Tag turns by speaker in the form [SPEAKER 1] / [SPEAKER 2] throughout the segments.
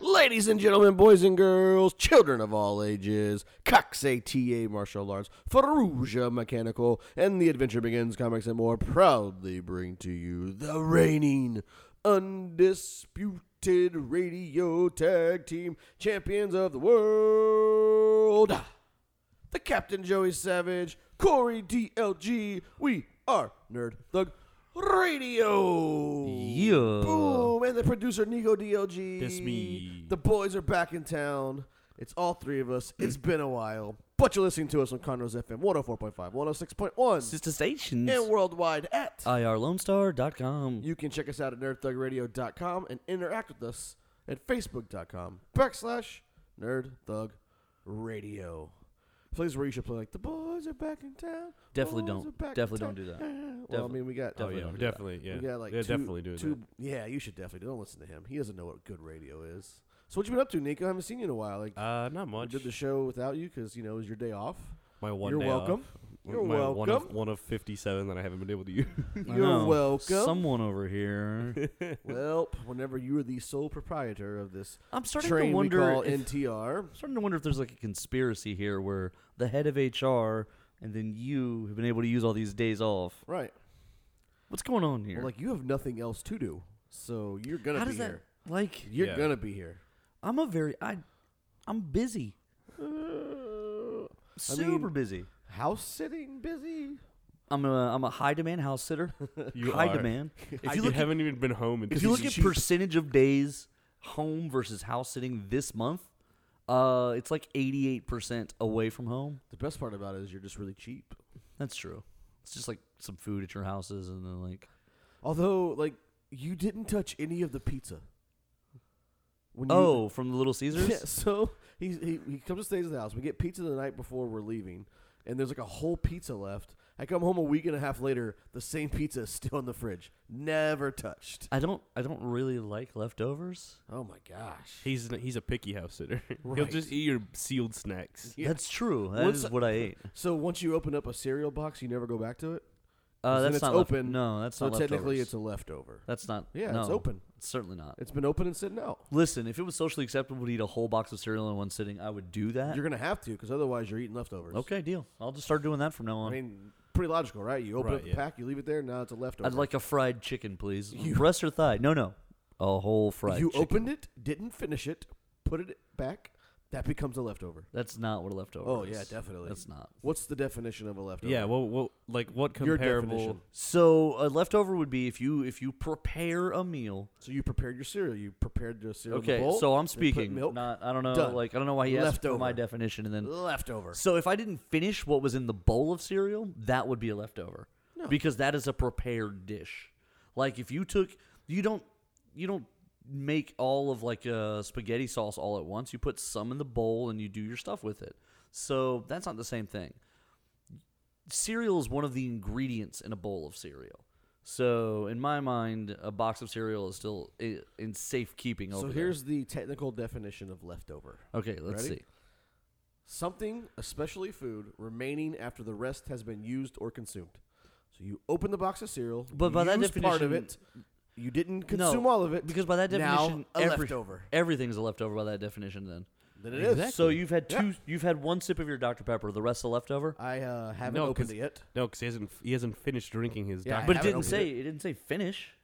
[SPEAKER 1] Ladies and gentlemen, boys and girls, children of all ages, Cox ATA Martial Arts, Ferrugia Mechanical, and The Adventure Begins Comics and More proudly bring to you the reigning, undisputed radio tag team champions of the world. The Captain Joey Savage, Corey DLG, we are Nerd Thug Radio.
[SPEAKER 2] Yeah.
[SPEAKER 1] Boom! And the producer, Nico DLG.
[SPEAKER 2] That's me.
[SPEAKER 1] The boys are back in town. It's all three of us. It's been a while. But you're listening to us on Conroe's FM 104.5, 106.1,
[SPEAKER 2] Sister stations.
[SPEAKER 1] and worldwide at.
[SPEAKER 2] Uh, IRLoneStar.com.
[SPEAKER 1] you can check us out at nerdthugradio.com and interact with us at facebook.com backslash nerdthugradio. Place where you should play like the boys are back in town.
[SPEAKER 2] Definitely
[SPEAKER 1] boys
[SPEAKER 2] don't-
[SPEAKER 1] are back in
[SPEAKER 2] definitely don't
[SPEAKER 1] town."
[SPEAKER 2] do that.
[SPEAKER 1] Well, I
[SPEAKER 2] Definitely-
[SPEAKER 1] mean, we got
[SPEAKER 3] Oh
[SPEAKER 2] Definitely
[SPEAKER 3] yeah,
[SPEAKER 2] don't do that.
[SPEAKER 3] definitely. Yeah,
[SPEAKER 1] we got like
[SPEAKER 3] yeah,
[SPEAKER 1] two-
[SPEAKER 3] definitely doing
[SPEAKER 1] two- Yeah, you should definitely do. Don't listen to him. He doesn't know what good radio is. So what you been up to, Nico? I haven't seen you in a while. Like
[SPEAKER 3] that. Uh, not
[SPEAKER 1] we
[SPEAKER 3] much.
[SPEAKER 1] did the show without you because you know it was your day off.
[SPEAKER 3] my one.
[SPEAKER 1] You're
[SPEAKER 3] day
[SPEAKER 1] welcome.
[SPEAKER 3] off.
[SPEAKER 1] You're
[SPEAKER 3] my One of,
[SPEAKER 1] welcome.
[SPEAKER 3] one of fifty-seven that I haven't been able to use.
[SPEAKER 2] I
[SPEAKER 1] You're
[SPEAKER 2] know.
[SPEAKER 1] welcome.
[SPEAKER 2] Someone over here.
[SPEAKER 1] well, whenever you were the sole proprietor of this
[SPEAKER 2] I'm starting
[SPEAKER 1] train
[SPEAKER 2] to wonder.
[SPEAKER 1] we call
[SPEAKER 2] if-
[SPEAKER 1] NTR,
[SPEAKER 2] I'm starting to wonder if there's like a conspiracy here where the head of HR and then you have been able to use all these days off.
[SPEAKER 1] right?
[SPEAKER 2] What's going on here?
[SPEAKER 1] Well, like you have nothing else to do, so you're gonna
[SPEAKER 2] How
[SPEAKER 1] be
[SPEAKER 2] does that
[SPEAKER 1] here.
[SPEAKER 2] like?
[SPEAKER 1] You're
[SPEAKER 3] Yeah.
[SPEAKER 1] gonna be here.
[SPEAKER 2] I'm a very I, I'm busy,
[SPEAKER 1] Uh,
[SPEAKER 2] super busy.
[SPEAKER 1] house sitting, busy.
[SPEAKER 2] I'm a I'm a high demand house sitter.
[SPEAKER 3] You
[SPEAKER 2] high
[SPEAKER 3] are.
[SPEAKER 2] demand. If
[SPEAKER 3] I
[SPEAKER 2] you look at,
[SPEAKER 3] haven't even been home. In
[SPEAKER 2] if you look
[SPEAKER 3] two
[SPEAKER 2] at
[SPEAKER 3] weeks.
[SPEAKER 2] percentage of days home versus house sitting this month, uh, it's like 88 percent away from home.
[SPEAKER 1] The best part about it is you're just really cheap.
[SPEAKER 2] That's true. It's just like some food at your houses and then like
[SPEAKER 1] Although, like, you didn't touch any of the pizza. When you-
[SPEAKER 2] oh from the Little Caesars.
[SPEAKER 1] yeah. So he, he he comes and stays at the house. We get pizza the night before we're leaving, and there's like a whole pizza left. I come home a week and a half later. The same pizza is still in the fridge, never touched.
[SPEAKER 2] I don't I don't really like leftovers.
[SPEAKER 1] Oh my gosh!
[SPEAKER 3] he's n- he's a picky house sitter. He'll
[SPEAKER 1] Right.
[SPEAKER 3] just eat your sealed snacks.
[SPEAKER 1] Yeah.
[SPEAKER 2] That's true. That
[SPEAKER 1] Once
[SPEAKER 2] is
[SPEAKER 1] I-
[SPEAKER 2] what I ate.
[SPEAKER 1] So once you open up a cereal box, you never go back to it.
[SPEAKER 2] Uh,
[SPEAKER 1] then
[SPEAKER 2] that's
[SPEAKER 1] it's
[SPEAKER 2] not left-
[SPEAKER 1] open,
[SPEAKER 2] no, that's
[SPEAKER 1] So
[SPEAKER 2] not
[SPEAKER 1] technically,
[SPEAKER 2] leftovers.
[SPEAKER 1] it's a leftover.
[SPEAKER 2] that's not.
[SPEAKER 1] Yeah, it's
[SPEAKER 2] no,
[SPEAKER 1] open.
[SPEAKER 2] It's certainly not.
[SPEAKER 1] It's been open and sitting out.
[SPEAKER 2] Listen, if it was socially acceptable to eat a whole box of cereal in one sitting, I would do that.
[SPEAKER 1] You're gonna have to, because otherwise you're eating leftovers.
[SPEAKER 2] Okay, deal. I'll just start doing that from now
[SPEAKER 1] I
[SPEAKER 2] on.
[SPEAKER 1] mean, pretty logical, right? You open
[SPEAKER 3] Right,
[SPEAKER 1] up the
[SPEAKER 3] yeah.
[SPEAKER 1] pack, you leave it there. Now it's a leftover.
[SPEAKER 2] I'd like a fried chicken, please. Breast or thigh? No, no. A whole fried
[SPEAKER 1] you
[SPEAKER 2] chicken.
[SPEAKER 1] opened it, didn't finish it, put it back. That becomes a leftover.
[SPEAKER 2] That's not what a leftover
[SPEAKER 1] Oh
[SPEAKER 2] is.
[SPEAKER 1] yeah, definitely.
[SPEAKER 2] That's not.
[SPEAKER 1] What's the definition of a leftover?
[SPEAKER 3] Yeah. Well, well, like what
[SPEAKER 1] your
[SPEAKER 3] comparable?
[SPEAKER 1] definition.
[SPEAKER 2] So a leftover would be if you if you prepare a meal.
[SPEAKER 1] So you prepared your cereal. You prepared the cereal. in
[SPEAKER 2] Okay,
[SPEAKER 1] the bowl,
[SPEAKER 2] so I'm
[SPEAKER 1] then put
[SPEAKER 2] speaking.
[SPEAKER 1] Milk,
[SPEAKER 2] Not I don't know.
[SPEAKER 1] Done.
[SPEAKER 2] Like I don't know why he asked for my
[SPEAKER 1] Leftover.
[SPEAKER 2] definition and then
[SPEAKER 1] leftover.
[SPEAKER 2] So if I didn't finish what was in the bowl of cereal, that would be a leftover.
[SPEAKER 1] No.
[SPEAKER 2] Because that is a prepared dish. Like if you took you don't you don't make all of like a spaghetti sauce all at once. You put some in the bowl and you do your stuff with it. So that's not the same thing. Cereal is one of the ingredients in a bowl of cereal. So in my mind, a box of cereal is still i- in safekeeping over
[SPEAKER 1] So
[SPEAKER 2] there.
[SPEAKER 1] here's the technical definition of leftover:
[SPEAKER 2] okay, let's
[SPEAKER 1] ready?
[SPEAKER 2] see.
[SPEAKER 1] something, especially food, remaining after the rest has been used or consumed. So you open the box of cereal.
[SPEAKER 2] But
[SPEAKER 1] you
[SPEAKER 2] by that
[SPEAKER 1] use part of it,
[SPEAKER 2] definition-
[SPEAKER 1] you didn't
[SPEAKER 2] No,
[SPEAKER 1] consume all of it
[SPEAKER 2] because by that definition,
[SPEAKER 1] now a
[SPEAKER 2] every-
[SPEAKER 1] leftover.
[SPEAKER 2] everything's a leftover by that definition. Then
[SPEAKER 1] Then it is.
[SPEAKER 2] So you've had
[SPEAKER 1] Yeah.
[SPEAKER 2] two. You've had one sip of your Dr Pepper. The rest of leftover.
[SPEAKER 1] I uh, haven't
[SPEAKER 3] No,
[SPEAKER 1] opened
[SPEAKER 3] 'cause-
[SPEAKER 1] it yet.
[SPEAKER 3] No, because he hasn't he hasn't finished drinking his.
[SPEAKER 1] Yeah, I
[SPEAKER 3] Dr.
[SPEAKER 2] But it
[SPEAKER 1] haven't
[SPEAKER 2] didn't
[SPEAKER 1] opened
[SPEAKER 2] say. It. didn't say finish.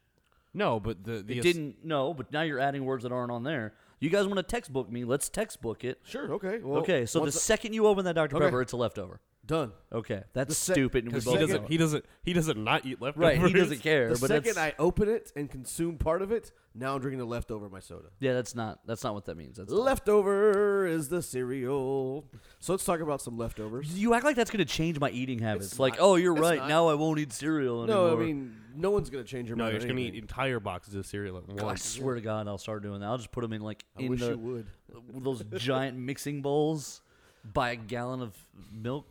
[SPEAKER 3] No, but the the
[SPEAKER 2] It
[SPEAKER 3] ass-
[SPEAKER 2] didn't. No. But now you're adding words that aren't on there. You guys want to textbook me? Let's textbook it.
[SPEAKER 1] Sure. Okay. Well,
[SPEAKER 2] okay. So the
[SPEAKER 1] once
[SPEAKER 2] second you open that Dr
[SPEAKER 1] Okay.
[SPEAKER 2] Pepper, it's a leftover.
[SPEAKER 1] done.
[SPEAKER 2] Okay. That's
[SPEAKER 1] sec-
[SPEAKER 2] stupid. And we
[SPEAKER 3] 'cause
[SPEAKER 2] both
[SPEAKER 3] he
[SPEAKER 1] second-
[SPEAKER 2] know
[SPEAKER 3] doesn't
[SPEAKER 2] it.
[SPEAKER 3] he doesn't he doesn't not eat leftovers.
[SPEAKER 2] right. He doesn't care.
[SPEAKER 1] The
[SPEAKER 2] but
[SPEAKER 1] second
[SPEAKER 2] that's,
[SPEAKER 1] I open it and consume part of it, now I'm drinking the leftover of my soda.
[SPEAKER 2] yeah, that's not. That's not what that means. That's not-
[SPEAKER 1] Leftover is the cereal. So let's talk about some leftovers.
[SPEAKER 2] You act like that's going to change my eating habits.
[SPEAKER 1] It's
[SPEAKER 2] like,
[SPEAKER 1] not.
[SPEAKER 2] oh, you're
[SPEAKER 1] It's
[SPEAKER 2] right.
[SPEAKER 1] not.
[SPEAKER 2] Now I won't eat cereal anymore.
[SPEAKER 1] No, I mean no one's gonna change your
[SPEAKER 3] No,
[SPEAKER 1] mind.
[SPEAKER 3] you're
[SPEAKER 1] on
[SPEAKER 3] just gonna eat
[SPEAKER 1] anything.
[SPEAKER 3] entire boxes of cereal at
[SPEAKER 2] God, I
[SPEAKER 3] once.
[SPEAKER 2] swear to God, I'll start doing that. I'll just put them in like
[SPEAKER 1] I
[SPEAKER 2] in
[SPEAKER 1] wish
[SPEAKER 2] the
[SPEAKER 1] you would.
[SPEAKER 2] those giant mixing bowls. Buy a gallon of milk.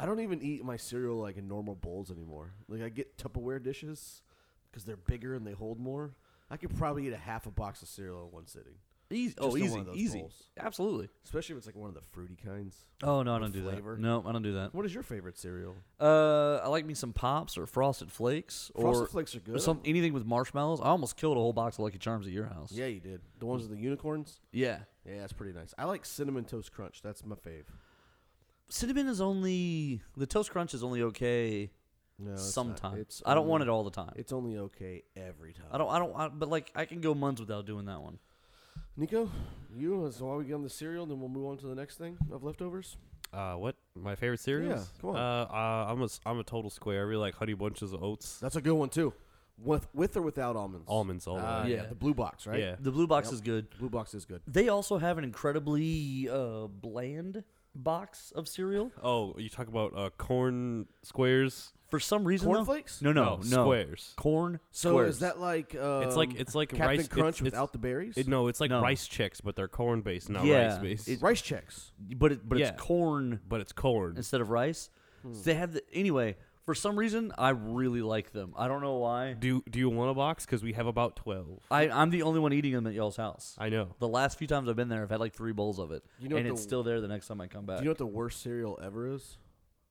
[SPEAKER 1] I don't even eat my cereal like in normal bowls anymore. Like I get Tupperware dishes because they're bigger and they hold more. I could probably eat a half a box of cereal in one sitting.
[SPEAKER 2] Easy.
[SPEAKER 1] Just
[SPEAKER 2] Oh,
[SPEAKER 1] in one
[SPEAKER 2] easy,
[SPEAKER 1] of those
[SPEAKER 2] easy.
[SPEAKER 1] bowls.
[SPEAKER 2] Absolutely.
[SPEAKER 1] Especially if it's like one of the fruity kinds.
[SPEAKER 2] Oh no, I
[SPEAKER 1] With
[SPEAKER 2] don't do
[SPEAKER 1] flavor?
[SPEAKER 2] that. No, I don't do that.
[SPEAKER 1] What is your favorite cereal?
[SPEAKER 2] Uh, I like me some pops or frosted flakes or
[SPEAKER 1] Frosted Flakes are
[SPEAKER 2] or
[SPEAKER 1] good.
[SPEAKER 2] some anything with marshmallows. I almost killed a whole box of Lucky Charms at your house.
[SPEAKER 1] yeah, you did. The ones with the unicorns?
[SPEAKER 2] Yeah.
[SPEAKER 1] Yeah, that's pretty nice. I like Cinnamon Toast Crunch. That's my fave.
[SPEAKER 2] Cinnamon is only the toast crunch is only okay
[SPEAKER 1] No, it's not.
[SPEAKER 2] sometimes.
[SPEAKER 1] It's
[SPEAKER 2] I don't want it
[SPEAKER 1] only-
[SPEAKER 2] all the time.
[SPEAKER 1] It's only okay every time.
[SPEAKER 2] I don't. I don't. I, but like I can go months without doing that one.
[SPEAKER 1] Nico, you as while we get on the cereal, then we'll move on to the next thing of leftovers.
[SPEAKER 3] Uh, what? My favorite cereals?
[SPEAKER 1] come on.
[SPEAKER 3] Uh, uh, I'm a s- I'm a total square. I really like Honey Bunches of Oats,
[SPEAKER 1] That's a good one too. With with or without almonds.
[SPEAKER 3] almonds, all the
[SPEAKER 1] Ah,
[SPEAKER 3] way.
[SPEAKER 1] yeah.
[SPEAKER 2] Yeah.
[SPEAKER 1] the blue box, right?
[SPEAKER 3] Yeah.
[SPEAKER 2] The blue box
[SPEAKER 1] Yep.
[SPEAKER 2] is good.
[SPEAKER 1] Blue box is good.
[SPEAKER 2] They also have an incredibly uh, bland box of cereal.
[SPEAKER 3] Oh, you talk about uh, corn squares?
[SPEAKER 2] For some reason, though-
[SPEAKER 1] Cornflakes?
[SPEAKER 2] No, no, no.
[SPEAKER 3] squares.
[SPEAKER 2] Corn.
[SPEAKER 1] So
[SPEAKER 2] squares.
[SPEAKER 1] is that like um,
[SPEAKER 3] It's like- it's like
[SPEAKER 1] Captain
[SPEAKER 3] rice- it's-
[SPEAKER 1] Crunch
[SPEAKER 3] it's-
[SPEAKER 1] without the berries?
[SPEAKER 3] It, no, it's like
[SPEAKER 2] No.
[SPEAKER 3] rice checks, but they're corn based, not
[SPEAKER 2] Yeah,
[SPEAKER 3] rice based.
[SPEAKER 2] it-
[SPEAKER 1] rice checks.
[SPEAKER 2] But it, but
[SPEAKER 3] Yeah.
[SPEAKER 2] it's corn
[SPEAKER 3] but it's corn.
[SPEAKER 2] instead of rice.
[SPEAKER 1] Hmm.
[SPEAKER 2] So they have the anyway. For some reason, I really like them. I don't know why.
[SPEAKER 3] Do Do you want a box? Because we have about twelve.
[SPEAKER 2] I, I'm the only one eating them at y'all's house.
[SPEAKER 3] I know.
[SPEAKER 2] The last few times I've been there, I've had like three bowls of it,
[SPEAKER 1] You know
[SPEAKER 2] and
[SPEAKER 1] the-
[SPEAKER 2] it's still there the next time I come back.
[SPEAKER 3] Uh,
[SPEAKER 1] Do you know what the worst cereal ever is?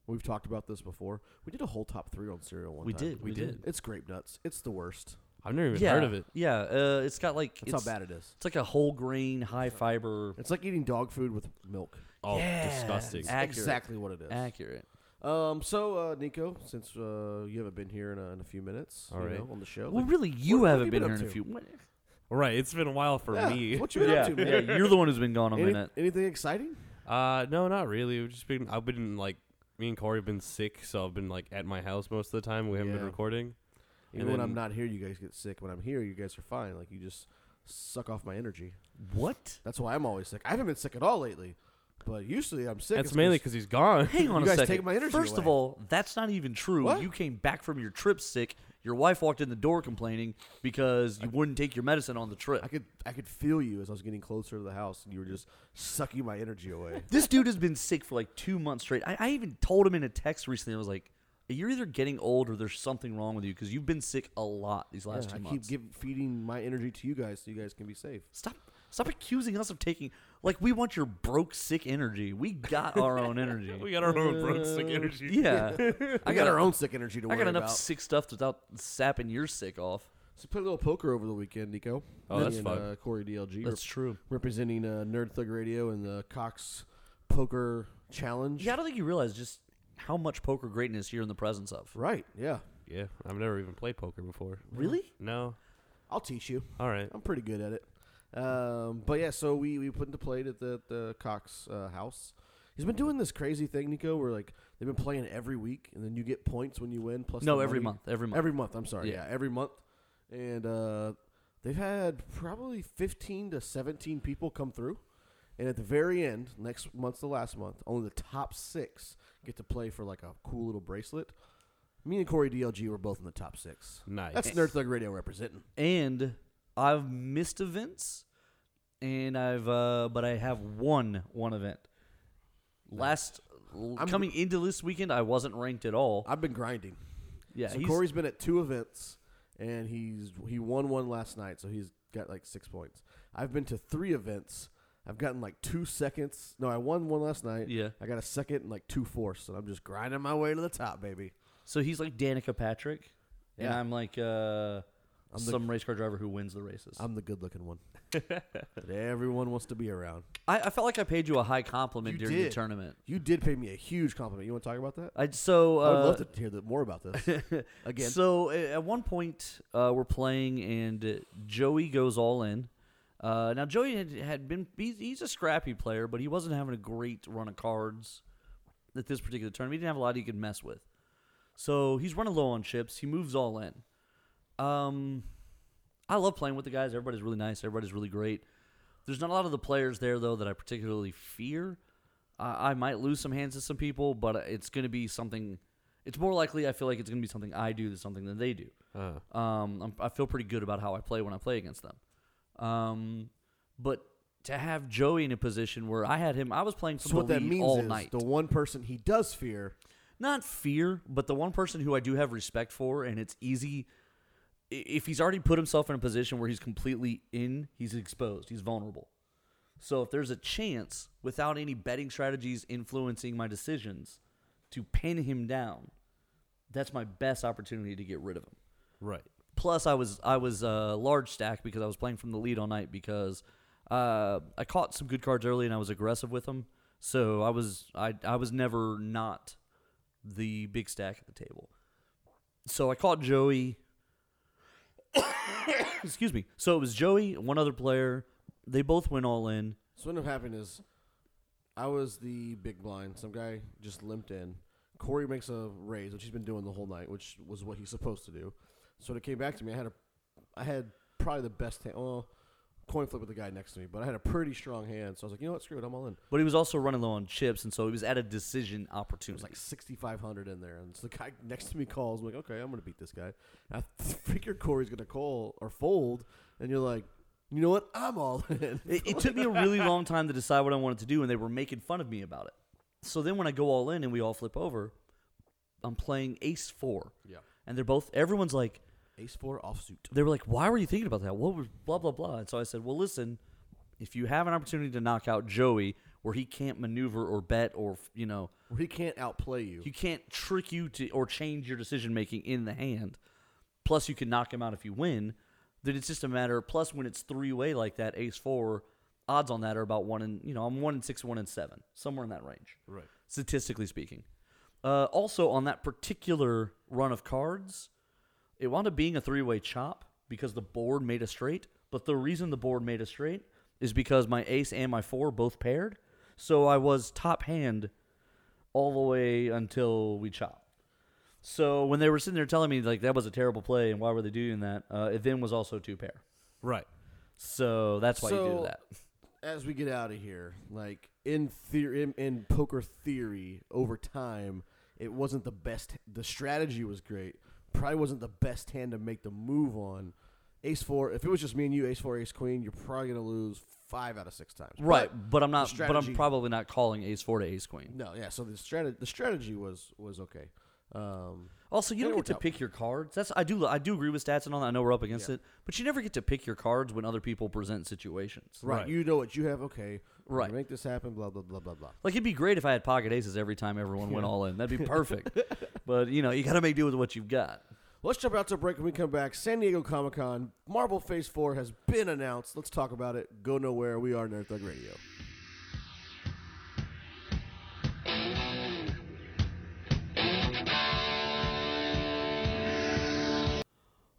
[SPEAKER 1] We've talked about this before. We did a whole top three on cereal one
[SPEAKER 2] we
[SPEAKER 1] time.
[SPEAKER 2] did, we,
[SPEAKER 3] we
[SPEAKER 2] did.
[SPEAKER 1] It's grape nuts. It's the worst.
[SPEAKER 3] I've never even
[SPEAKER 2] yeah,
[SPEAKER 3] heard of it.
[SPEAKER 2] Yeah, uh, it's got like
[SPEAKER 1] That's
[SPEAKER 2] it's,
[SPEAKER 1] how bad it is.
[SPEAKER 2] It's like a whole grain, high fiber.
[SPEAKER 1] It's like eating dog food with milk.
[SPEAKER 3] Oh,
[SPEAKER 2] Yeah.
[SPEAKER 3] disgusting.
[SPEAKER 2] Ac- Accurate.
[SPEAKER 1] Exactly what it is.
[SPEAKER 2] Accurate.
[SPEAKER 1] Um, so uh, Nico, since uh, you haven't been here in a, in a few minutes,
[SPEAKER 3] All
[SPEAKER 1] you
[SPEAKER 3] right.
[SPEAKER 1] know, on the show,
[SPEAKER 2] Well,
[SPEAKER 1] like,
[SPEAKER 2] really, you
[SPEAKER 1] what have
[SPEAKER 2] haven't
[SPEAKER 1] you
[SPEAKER 2] been,
[SPEAKER 1] been
[SPEAKER 2] here
[SPEAKER 1] up
[SPEAKER 2] in a
[SPEAKER 1] to?
[SPEAKER 2] few. What,
[SPEAKER 3] Right, it's been a while for
[SPEAKER 1] yeah,
[SPEAKER 3] me.
[SPEAKER 1] what you been
[SPEAKER 2] yeah,
[SPEAKER 1] up to, man?
[SPEAKER 2] yeah, you're the one who's been gone a
[SPEAKER 1] Any-
[SPEAKER 2] minute.
[SPEAKER 1] anything exciting?
[SPEAKER 3] Uh, no, not really. We've just been. I've been like me and Corey have been sick, so I've been like at my house most of the time. We haven't
[SPEAKER 1] Yeah.
[SPEAKER 3] been recording.
[SPEAKER 1] Even
[SPEAKER 3] And
[SPEAKER 1] when I'm
[SPEAKER 3] then-
[SPEAKER 1] not here, you guys get sick. When I'm here, you guys are fine. Like you just suck off my energy.
[SPEAKER 2] What?
[SPEAKER 1] That's why I'm always sick. I haven't been sick at all lately, but usually I'm sick.
[SPEAKER 3] That's
[SPEAKER 1] It's
[SPEAKER 3] mainly
[SPEAKER 1] 'cause-
[SPEAKER 3] because he's gone.
[SPEAKER 2] Hang on
[SPEAKER 1] You
[SPEAKER 2] a
[SPEAKER 1] guys
[SPEAKER 2] second.
[SPEAKER 1] take my energy
[SPEAKER 2] First of
[SPEAKER 1] away.
[SPEAKER 2] all, that's not even true.
[SPEAKER 1] What?
[SPEAKER 2] You came back from your trip sick. Your wife walked in the door complaining because you wouldn't take your medicine on the trip.
[SPEAKER 1] I could I could feel you as I was getting closer to the house, and you were just sucking my energy away.
[SPEAKER 2] this dude has been sick for like two months straight. I, I even told him in a text recently. I was like, "You're either getting old or there's something wrong with you because you've been sick a lot these
[SPEAKER 1] Yeah,
[SPEAKER 2] last
[SPEAKER 1] I keep
[SPEAKER 2] two months."
[SPEAKER 1] give, feeding my energy to you guys, so you guys can be safe.
[SPEAKER 2] stop, stop accusing us of taking. Like, we want your broke sick energy. We got our own energy.
[SPEAKER 3] we got our own broke
[SPEAKER 1] Uh,
[SPEAKER 3] sick energy.
[SPEAKER 2] yeah,
[SPEAKER 1] I got our own sick energy to
[SPEAKER 2] I
[SPEAKER 1] worry
[SPEAKER 2] got enough
[SPEAKER 1] about.
[SPEAKER 2] sick stuff without sapping your sick off.
[SPEAKER 1] So played a little poker over the weekend, Nico.
[SPEAKER 3] Oh,
[SPEAKER 1] Me
[SPEAKER 3] that's
[SPEAKER 1] and,
[SPEAKER 3] fun.
[SPEAKER 1] Uh, Corey DLG rep-
[SPEAKER 2] true.
[SPEAKER 1] representing uh, Nerd Thug Radio and the Cox Poker Challenge.
[SPEAKER 2] Yeah, I don't think you realize just how much poker greatness you're in the presence of.
[SPEAKER 1] Right. Yeah.
[SPEAKER 3] Yeah, I've never even played poker before.
[SPEAKER 2] Really?
[SPEAKER 3] No.
[SPEAKER 1] I'll teach you.
[SPEAKER 3] All right.
[SPEAKER 1] I'm pretty good at it. Um, but yeah, so we, we put into play at the, the Cox uh, house. He's been doing this crazy thing, Nico, where like they've been playing every week, and then you get points when you win. Plus
[SPEAKER 2] No,
[SPEAKER 1] the
[SPEAKER 2] every
[SPEAKER 1] money.
[SPEAKER 2] month. Every month.
[SPEAKER 1] Every month. I'm sorry. Yeah,
[SPEAKER 2] Yeah.
[SPEAKER 1] every month. And uh, they've had probably 15 to 17 people come through. And at the very end, next month's the last month, only the top six get to play for like a cool little bracelet. Me and Corey DLG were both in the top six.
[SPEAKER 3] Nice.
[SPEAKER 1] That's Nerd Thug Radio representing.
[SPEAKER 2] and I've missed events, and I've uh, but I have won one event. Last
[SPEAKER 1] I'm-
[SPEAKER 2] coming into this weekend, I wasn't ranked at all.
[SPEAKER 1] I've been grinding.
[SPEAKER 2] yeah,
[SPEAKER 1] so
[SPEAKER 2] he's-
[SPEAKER 1] Corey's been at two events, and he's he won one last night, so he's got like six points. I've been to three events. I've gotten like two seconds. No, I won one last night.
[SPEAKER 2] yeah.
[SPEAKER 1] I got a second and like two fourths, and I'm just grinding my way to the top, baby.
[SPEAKER 2] So he's like Danica Patrick, and
[SPEAKER 1] Yeah.
[SPEAKER 2] I'm like uh,
[SPEAKER 1] I'm the-
[SPEAKER 2] some race car driver who wins the races.
[SPEAKER 1] I'm the good looking one that everyone wants to be around.
[SPEAKER 2] I, I felt like I paid you a high compliment
[SPEAKER 1] You
[SPEAKER 2] during the
[SPEAKER 1] did.
[SPEAKER 2] tournament.
[SPEAKER 1] You did pay me a huge compliment. You want to talk about that?
[SPEAKER 2] I so uh,
[SPEAKER 1] I would love to hear that more about this. Again,
[SPEAKER 2] So a- at one point, uh, we're playing, and uh, Joey goes all in. Uh, now Joey had, had been he's, he's a scrappy player, but he wasn't having a great run of cards at this particular tournament. He didn't have a lot he could mess with, so he's running low on chips. He moves all in. Um, I love playing with the guys. Everybody's really nice. Everybody's really great. There's not a lot of the players there though that I particularly fear. I I might lose some hands to some people, but it's going to be something. It's more likely I feel like it's going to be something I do than something that they do.
[SPEAKER 3] Uh,
[SPEAKER 2] Um, I'm, I feel pretty good about how I play when I play against them. Um, but to have Joey in a position where I had him, I was playing from
[SPEAKER 1] so what
[SPEAKER 2] the
[SPEAKER 1] that
[SPEAKER 2] lead
[SPEAKER 1] means
[SPEAKER 2] all
[SPEAKER 1] is
[SPEAKER 2] night.
[SPEAKER 1] the one person he does fear.
[SPEAKER 2] Not fear, but the one person who I do have respect for, and it's easy. i- if he's already put himself in a position where he's completely in, he's exposed, he's vulnerable. So if there's a chance without any betting strategies influencing my decisions to pin him down, that's my best opportunity to get rid of him.
[SPEAKER 3] Right.
[SPEAKER 2] Plus, I was I was uh, large stack because I was playing from the lead all night because uh, I caught some good cards early and I was aggressive with them. So I was I I was never not the big stack at the table. So I caught Joey. Excuse me. So it was Joey, and one other player. They both went all in.
[SPEAKER 1] So what ended up happening is, I was the big blind. Some guy just limped in. Corey makes a raise, which he's been doing the whole night, which was what he's supposed to do. So when it came back to me, I had a, I had probably the best hand. Well, coin flip with the guy next to me, but I had a pretty strong hand. So I was like, you know what, screw it, I'm all in.
[SPEAKER 2] But he was also running low on chips, and so he was at a decision
[SPEAKER 1] It
[SPEAKER 2] opportunity.
[SPEAKER 1] was like 6,500 in there. And so the guy next to me calls. I'm like, okay, I'm going to beat this guy. And I figure Corey's going to call or fold. And you're like, you know what? I'm all in.
[SPEAKER 2] it, it took me a really long time to decide what I wanted to do, and they were making fun of me about it. So then when I go all in and we all flip over, I'm playing ace four.
[SPEAKER 1] Yeah.
[SPEAKER 2] And they're both, everyone's like,
[SPEAKER 1] Ace four offsuit.
[SPEAKER 2] they were like, why were you thinking about that? What was blah, blah, blah. And so I said, well, listen, if you have an opportunity to knock out Joey where he can't maneuver or bet or, you know,
[SPEAKER 1] Where he can't outplay you.
[SPEAKER 2] he can't trick you to or change your decision making in the hand. Plus, you can knock him out if you win. Then it's just a matter. Plus, when it's three way like that, ace four, odds on that are about one in you know I'm one in six, one in seven, somewhere in that range,
[SPEAKER 3] Right.
[SPEAKER 2] statistically speaking. Uh, also, on that particular run of cards, it wound up being a three way chop because the board made a straight. But the reason the board made a straight is because my ace and my four both paired. So I was top hand all the way until we chop. So when they were sitting there telling me like that was a terrible play and why were they doing that, uh, it then was also two pair.
[SPEAKER 3] Right.
[SPEAKER 2] So that's why you
[SPEAKER 1] So-
[SPEAKER 2] do that.
[SPEAKER 1] as we get out of here, like in theory, in, in poker theory, over time, it wasn't the best. The strategy was great. Probably wasn't the best hand to make the move on. Ace four. If it was just me and you, ace four, ace queen, you're probably gonna lose five out of six times.
[SPEAKER 2] Right,
[SPEAKER 1] But-
[SPEAKER 2] but, I'm not. But I'm
[SPEAKER 1] strategy-
[SPEAKER 2] probably not calling Ace Four to Ace Queen.
[SPEAKER 1] no. Yeah. So the strategy, the strategy was was okay. Um,
[SPEAKER 2] Also,
[SPEAKER 1] Yeah, it
[SPEAKER 2] you don't get
[SPEAKER 1] worked
[SPEAKER 2] to
[SPEAKER 1] out.
[SPEAKER 2] pick your cards. That's I do. I do agree with stats and all that. I know we're up against
[SPEAKER 1] Yeah.
[SPEAKER 2] it, but you never get to pick your cards when other people present situations.
[SPEAKER 1] right,
[SPEAKER 3] Right.
[SPEAKER 1] You know what you have. Okay. we're gonna
[SPEAKER 2] Right.
[SPEAKER 1] Make this happen. Blah blah blah blah blah.
[SPEAKER 2] Like it'd be great if I had pocket aces every time everyone went all in. That'd be perfect. but you know, you got to make do with what you've got.
[SPEAKER 1] Let's jump out to a break when we come back. San Diego Comic Con, Marvel Phase 4 has been announced. Let's talk about it. Go nowhere. We are Nerd Thug Radio.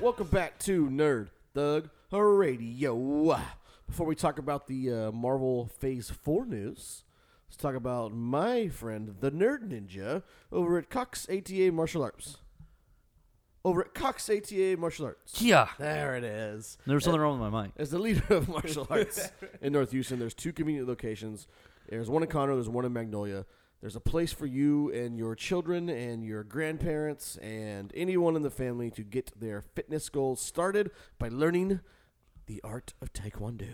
[SPEAKER 1] Welcome back to Nerd Thug Radio. Before we talk about the uh, Marvel Phase 4 news, let's talk about my friend, the Nerd Ninja, over at Cox ATA Martial Arts. Over at Cox ATA Martial Arts.
[SPEAKER 2] Yeah.
[SPEAKER 1] There it is.
[SPEAKER 2] There's something wrong with my mic.
[SPEAKER 1] As the leader of martial arts in North Houston, there's two convenient locations. There's one in Conroe, there's one in Magnolia. There's a place for you and your children and your grandparents and anyone in the family to get their fitness goals started by learning the art of taekwondo.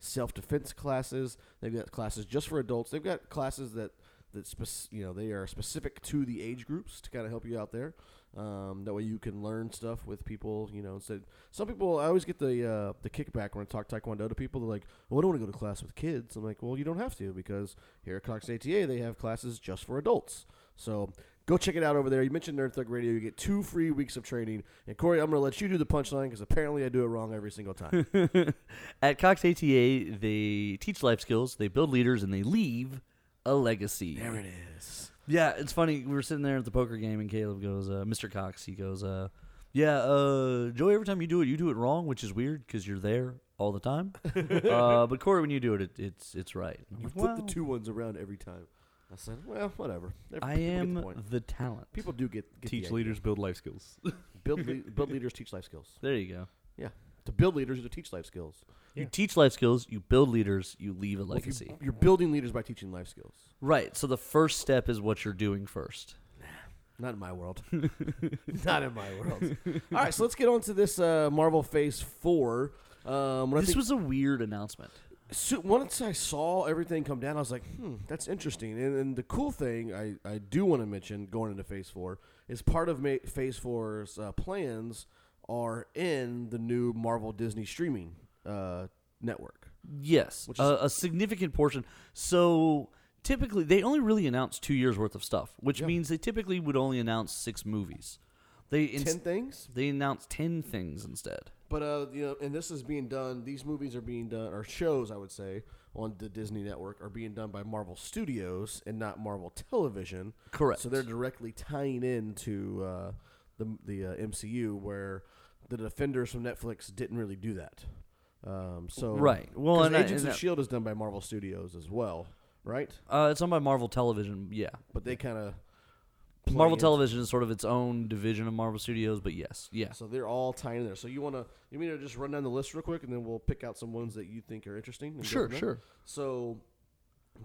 [SPEAKER 1] Self defense classes. They've got classes just for adults. They've got classes that that spec- you know they are specific to the age groups to kind of help you out there. Um, that way you can learn stuff with people. You know, instead some people I always get the uh, the kickback when I talk taekwondo to people. They're like, "Well, I don't want to go to class with kids." I'm like, "Well, you don't have to because here at Cox ATA they have classes just for adults." So go check it out over there. You mentioned Nerd Thug Radio. You get two free weeks of training. And Corey, I'm going to let you do the punchline because apparently I do it wrong every single time.
[SPEAKER 2] At Cox ATA, they teach life skills, they build leaders, and they leave a legacy.
[SPEAKER 1] it is.
[SPEAKER 2] Yeah, it's funny. We were sitting there at the poker game, and Caleb goes, uh, "Mr. Cox," he goes, uh, "Yeah, uh, Joey. Every time you do it, you do it wrong, which is weird because you're there all the time. uh, but Corey, when you do it, it it's it's right. I'm
[SPEAKER 1] You
[SPEAKER 2] like,
[SPEAKER 1] flip
[SPEAKER 2] "Well,
[SPEAKER 1] the two ones around every time. I said, well, whatever. They're-
[SPEAKER 2] I
[SPEAKER 1] people get
[SPEAKER 2] am
[SPEAKER 1] the point.
[SPEAKER 2] the talent.
[SPEAKER 1] People do get, get the
[SPEAKER 3] Teach
[SPEAKER 1] idea.
[SPEAKER 3] leaders build life skills.
[SPEAKER 1] Build, le- build leaders teach life skills.
[SPEAKER 2] There you go.
[SPEAKER 1] Yeah, to build leaders is to teach life skills.
[SPEAKER 2] You teach life skills. You build leaders. You leave a
[SPEAKER 1] Well, if you-
[SPEAKER 2] legacy.
[SPEAKER 1] you're building leaders by teaching life skills.
[SPEAKER 2] Right. So the first step is what you're doing first.
[SPEAKER 1] Not in my world. Not in my world. All right, so let's get on to this uh, Marvel Phase Four. Um, when I
[SPEAKER 2] This
[SPEAKER 1] think-
[SPEAKER 2] was a weird announcement.
[SPEAKER 1] so once I saw everything come down, I was like, hmm, that's interesting. And, and the cool thing I, I do want to mention going into phase four is part of ma- phase four's uh, plans are in the new Marvel Disney streaming uh, network.
[SPEAKER 2] Yes,
[SPEAKER 1] Which
[SPEAKER 2] a, a significant portion. So typically, they only really announce two years worth of stuff, which means they typically would only announce six movies. They ins-
[SPEAKER 1] Ten things,
[SPEAKER 2] they announce ten things instead.
[SPEAKER 1] but uh, you know, and this is being done. These movies are being done, or shows, I would say, on the Disney network are being done by Marvel Studios and not Marvel Television.
[SPEAKER 2] Correct.
[SPEAKER 1] So they're directly tying into uh, the the uh, MCU, where the Defenders from Netflix didn't really do that. Um, so
[SPEAKER 2] Right. Well,
[SPEAKER 1] 'cause
[SPEAKER 2] and I-
[SPEAKER 1] Agents
[SPEAKER 2] and
[SPEAKER 1] of
[SPEAKER 2] that-
[SPEAKER 1] Shield E is done by Marvel Studios as well, right?
[SPEAKER 2] Uh, it's on by Marvel Television. Yeah,
[SPEAKER 1] But they kind of
[SPEAKER 2] Marvel
[SPEAKER 1] Television.
[SPEAKER 2] Television is sort of its own division of Marvel Studios. But yes, yeah.
[SPEAKER 1] So they're all tying in there. So you want to you mean to just run down the list real quick, and then we'll pick out some ones that you think are interesting. and go
[SPEAKER 2] Sure,
[SPEAKER 1] from there?
[SPEAKER 2] sure.
[SPEAKER 1] So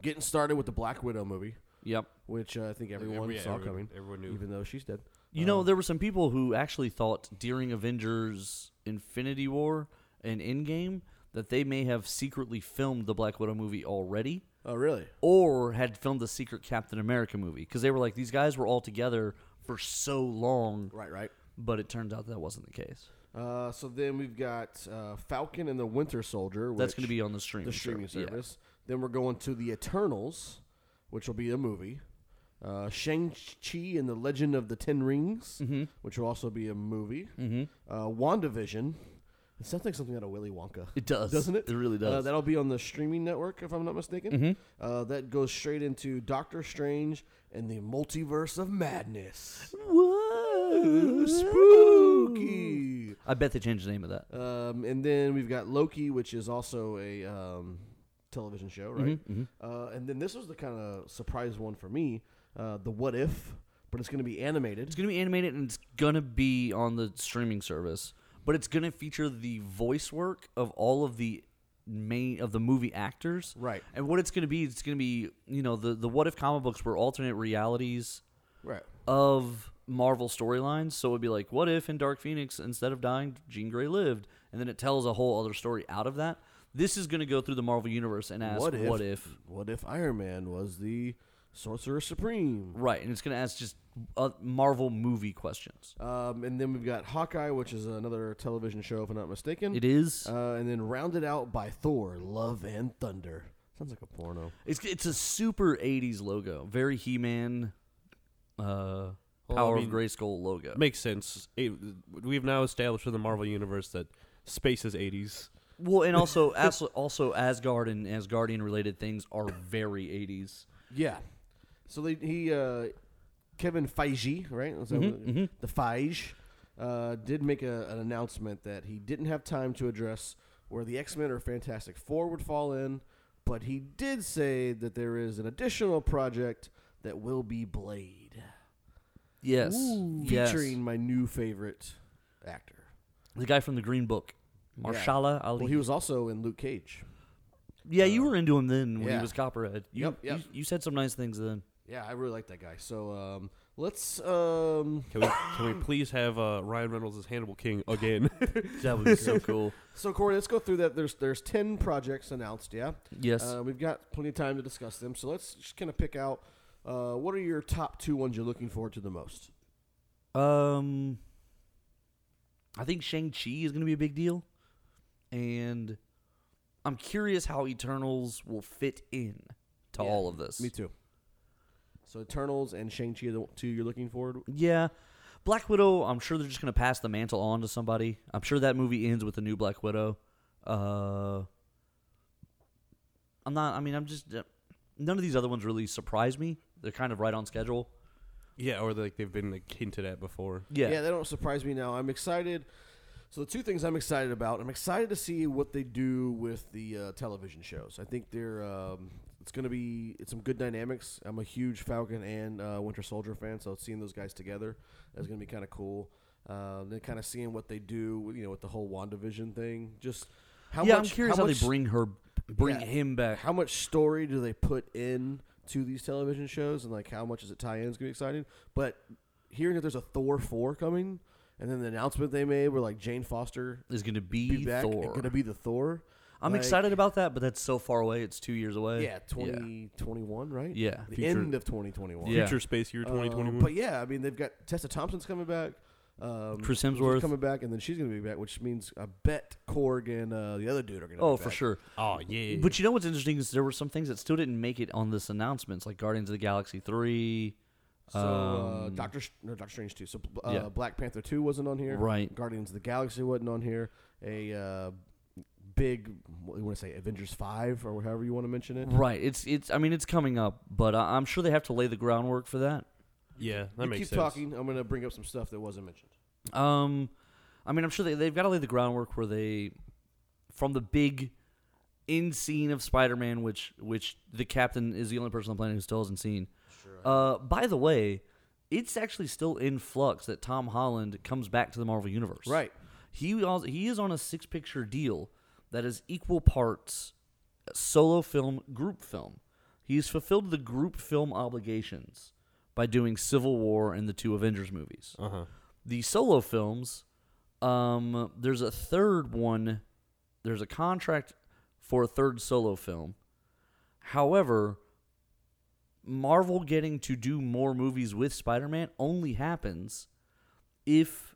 [SPEAKER 1] getting started with the Black Widow movie,
[SPEAKER 2] Yep.
[SPEAKER 1] which uh, I think everyone
[SPEAKER 3] yeah,
[SPEAKER 1] saw
[SPEAKER 3] everyone-
[SPEAKER 1] coming,
[SPEAKER 3] everyone knew.
[SPEAKER 1] even though she's dead.
[SPEAKER 2] You
[SPEAKER 1] Um.
[SPEAKER 2] know, there were some people who actually thought during Avengers Infinity War and Endgame that they may have secretly filmed the Black Widow movie already
[SPEAKER 1] Oh, really?
[SPEAKER 2] or had filmed the secret Captain America movie because they were like, these guys were all together for so long,
[SPEAKER 1] Right, right.
[SPEAKER 2] but it turns out that wasn't the case.
[SPEAKER 1] Uh, so then we've got uh, Falcon and the Winter Soldier.
[SPEAKER 2] That's
[SPEAKER 1] which-
[SPEAKER 2] going to be on the stream.
[SPEAKER 1] the streaming
[SPEAKER 2] service. Yeah.
[SPEAKER 1] service. Then we're going to the Eternals, which will be a movie. Uh, Shang Chi and the Legend of the Ten Rings,
[SPEAKER 2] Mm-hmm.
[SPEAKER 1] which will also be a movie. Mm-hmm. Uh, Wandavision. It sounds like something out of Willy Wonka.
[SPEAKER 2] It does.
[SPEAKER 1] doesn't it?
[SPEAKER 2] It really
[SPEAKER 1] Uh,
[SPEAKER 2] does. Mm-hmm.
[SPEAKER 1] that'll be on the streaming network, if I'm not mistaken. Uh, that goes straight into Doctor Strange and the Multiverse of Madness.
[SPEAKER 2] Whoa,
[SPEAKER 1] Spooky.
[SPEAKER 2] I bet they changed the name of that.
[SPEAKER 1] Um, and then we've got Loki, which is also a um, television show, right? Uh, and then this was the kind of surprise one for me, uh, the What If, but it's going to be
[SPEAKER 2] It's
[SPEAKER 1] animated.
[SPEAKER 2] going to be animated and it's going to be on the streaming service, but it's going to feature the voice work of all of the main of the movie actors.
[SPEAKER 1] Right.
[SPEAKER 2] And what it's going to be, it's going to be, you know, the the what if comic books were alternate realities
[SPEAKER 1] Right.
[SPEAKER 2] of Marvel storylines. So it'd be like, what if in Dark Phoenix, instead of dying, Jean Grey lived? And then it tells a whole other story out of that. This is going to go through the Marvel universe and ask,
[SPEAKER 1] What if-
[SPEAKER 2] what if?
[SPEAKER 1] What if Iron Man was the Sorcerer Supreme?
[SPEAKER 2] Right. And it's going to ask just uh, Marvel movie questions.
[SPEAKER 1] Um, and then we've got Hawkeye, which is another television show, if I'm not mistaken.
[SPEAKER 2] It is.
[SPEAKER 1] Uh, and then rounded out by Thor, Love and Thunder. Sounds like a porno.
[SPEAKER 2] It's it's a super '80s logo, very He-Man, uh, Power
[SPEAKER 3] mean-
[SPEAKER 2] of Grayskull logo.
[SPEAKER 3] Makes sense. It, we've now established in the Marvel universe that space is 80s.
[SPEAKER 2] Well, and also as, also Asgard and Asgardian related things are very '80s.
[SPEAKER 1] Yeah. So they, he, uh, Kevin Feige, right? Is that
[SPEAKER 2] Mm-hmm,
[SPEAKER 1] what- The Feige uh, did make a, an announcement that he didn't have time to address where the X Men or Fantastic Four would fall in, but he did say that there is an additional project that will be Blade,
[SPEAKER 2] Yes, yes.
[SPEAKER 1] featuring my new favorite actor.
[SPEAKER 2] the guy from the Green Book, Marshala Ali.
[SPEAKER 1] Well, he was also in Luke Cage.
[SPEAKER 2] yeah, you were into him then when
[SPEAKER 1] yeah.
[SPEAKER 2] he was Copperhead. You,
[SPEAKER 1] Yep, yep.
[SPEAKER 2] you you said some nice things then.
[SPEAKER 1] Yeah, I really like that guy. So um, let's. Um,
[SPEAKER 3] Can we, can we please have uh, Ryan Reynolds as Hannibal King again?
[SPEAKER 2] That would be so cool.
[SPEAKER 1] So Corey, let's go through that. There's there's ten projects announced. Yeah.
[SPEAKER 2] Yes.
[SPEAKER 1] Uh, we've got plenty of time to discuss them. So let's just kind of pick out uh, what are your top two ones you're looking forward to the most.
[SPEAKER 2] Um, I think Shang Chi is going to be a big deal, and I'm curious how Eternals will fit in to
[SPEAKER 1] Yeah,
[SPEAKER 2] all of this.
[SPEAKER 1] Me too. So Eternals and Shang Chi are the two you're looking forward.
[SPEAKER 2] Yeah, Black Widow. I'm sure they're just going to pass the mantle on to somebody. I'm sure that movie ends with a new Black Widow. Uh, I'm not. I mean, I'm just. Uh, none of these other ones really surprise me. They're kind of right on schedule.
[SPEAKER 3] yeah, or like they've been like hinted at before.
[SPEAKER 2] Yeah.
[SPEAKER 1] yeah, they don't surprise me now. I'm excited. So the two things I'm excited about, I'm excited to see what they do with the uh, television shows. I think they're um, it's going to be it's some good dynamics. I'm a huge Falcon and uh, Winter Soldier fan, so seeing those guys together is going to be kind of cool. Um, then kind of seeing what they do, you know, with the whole Wandavision thing. Just how
[SPEAKER 2] yeah,
[SPEAKER 1] much,
[SPEAKER 2] I'm curious how,
[SPEAKER 1] much-
[SPEAKER 2] they bring her, bring
[SPEAKER 1] Yeah.
[SPEAKER 2] him back.
[SPEAKER 1] Uh, how much story do they put in to these television shows and like how much does it tie in is gonna be exciting. But hearing that there's a Thor four coming and then the announcement they made where like Jane Foster
[SPEAKER 2] Is going to be,
[SPEAKER 1] be back and
[SPEAKER 2] Thor.
[SPEAKER 1] gonna be the Thor.
[SPEAKER 2] I'm
[SPEAKER 1] like-
[SPEAKER 2] excited about that, but that's so far away. It's two years away.
[SPEAKER 1] Yeah, twenty twenty one, right?
[SPEAKER 2] Yeah.
[SPEAKER 1] The
[SPEAKER 3] Future-
[SPEAKER 1] end of twenty twenty one.
[SPEAKER 2] Yeah.
[SPEAKER 3] Future space year 2021.
[SPEAKER 1] Uh, but yeah, I mean they've got Tessa Thompson's coming back. Um,
[SPEAKER 2] Chris
[SPEAKER 1] she's
[SPEAKER 2] Hemsworth.
[SPEAKER 1] coming back, and then she's gonna be back, which means I bet Korg and uh, the other dude are gonna.
[SPEAKER 2] Oh,
[SPEAKER 1] be
[SPEAKER 2] for
[SPEAKER 1] back.
[SPEAKER 2] sure.
[SPEAKER 3] oh yeah.
[SPEAKER 2] But you know what's interesting is there were some things that still didn't make it on this announcements, like Guardians of the Galaxy three.
[SPEAKER 1] So uh, Doctor Sh- no, Doctor Strange two. So uh,
[SPEAKER 2] Um, Yeah.
[SPEAKER 1] Black Panther two wasn't on here.
[SPEAKER 2] Right.
[SPEAKER 1] Guardians of the Galaxy wasn't on here. A uh, big what do you want to say Avengers five or however you want to mention it.
[SPEAKER 2] Right. It's it's. I mean, it's coming up, but I, I'm sure they have to lay the groundwork for that.
[SPEAKER 3] yeah, that
[SPEAKER 1] you
[SPEAKER 3] makes
[SPEAKER 1] keep
[SPEAKER 3] sense.
[SPEAKER 1] talking. I'm gonna bring up some stuff that wasn't mentioned.
[SPEAKER 2] Um, I mean, I'm sure they they've got to lay the groundwork where they, from the big, end scene of Spider-Man, which which the Captain is the only person on the planet who still hasn't seen. Uh, by the way, it's actually still in flux that Tom Holland comes back to the Marvel Universe.
[SPEAKER 1] Right.
[SPEAKER 2] He also, he is on a six picture deal that is equal parts solo film, group film. He's fulfilled the group film obligations by doing Civil War and the two Avengers movies.
[SPEAKER 3] Uh-huh.
[SPEAKER 2] The solo films, um, there's a third one. There's a contract for a third solo film. However, Marvel getting to do more movies with Spider Man only happens if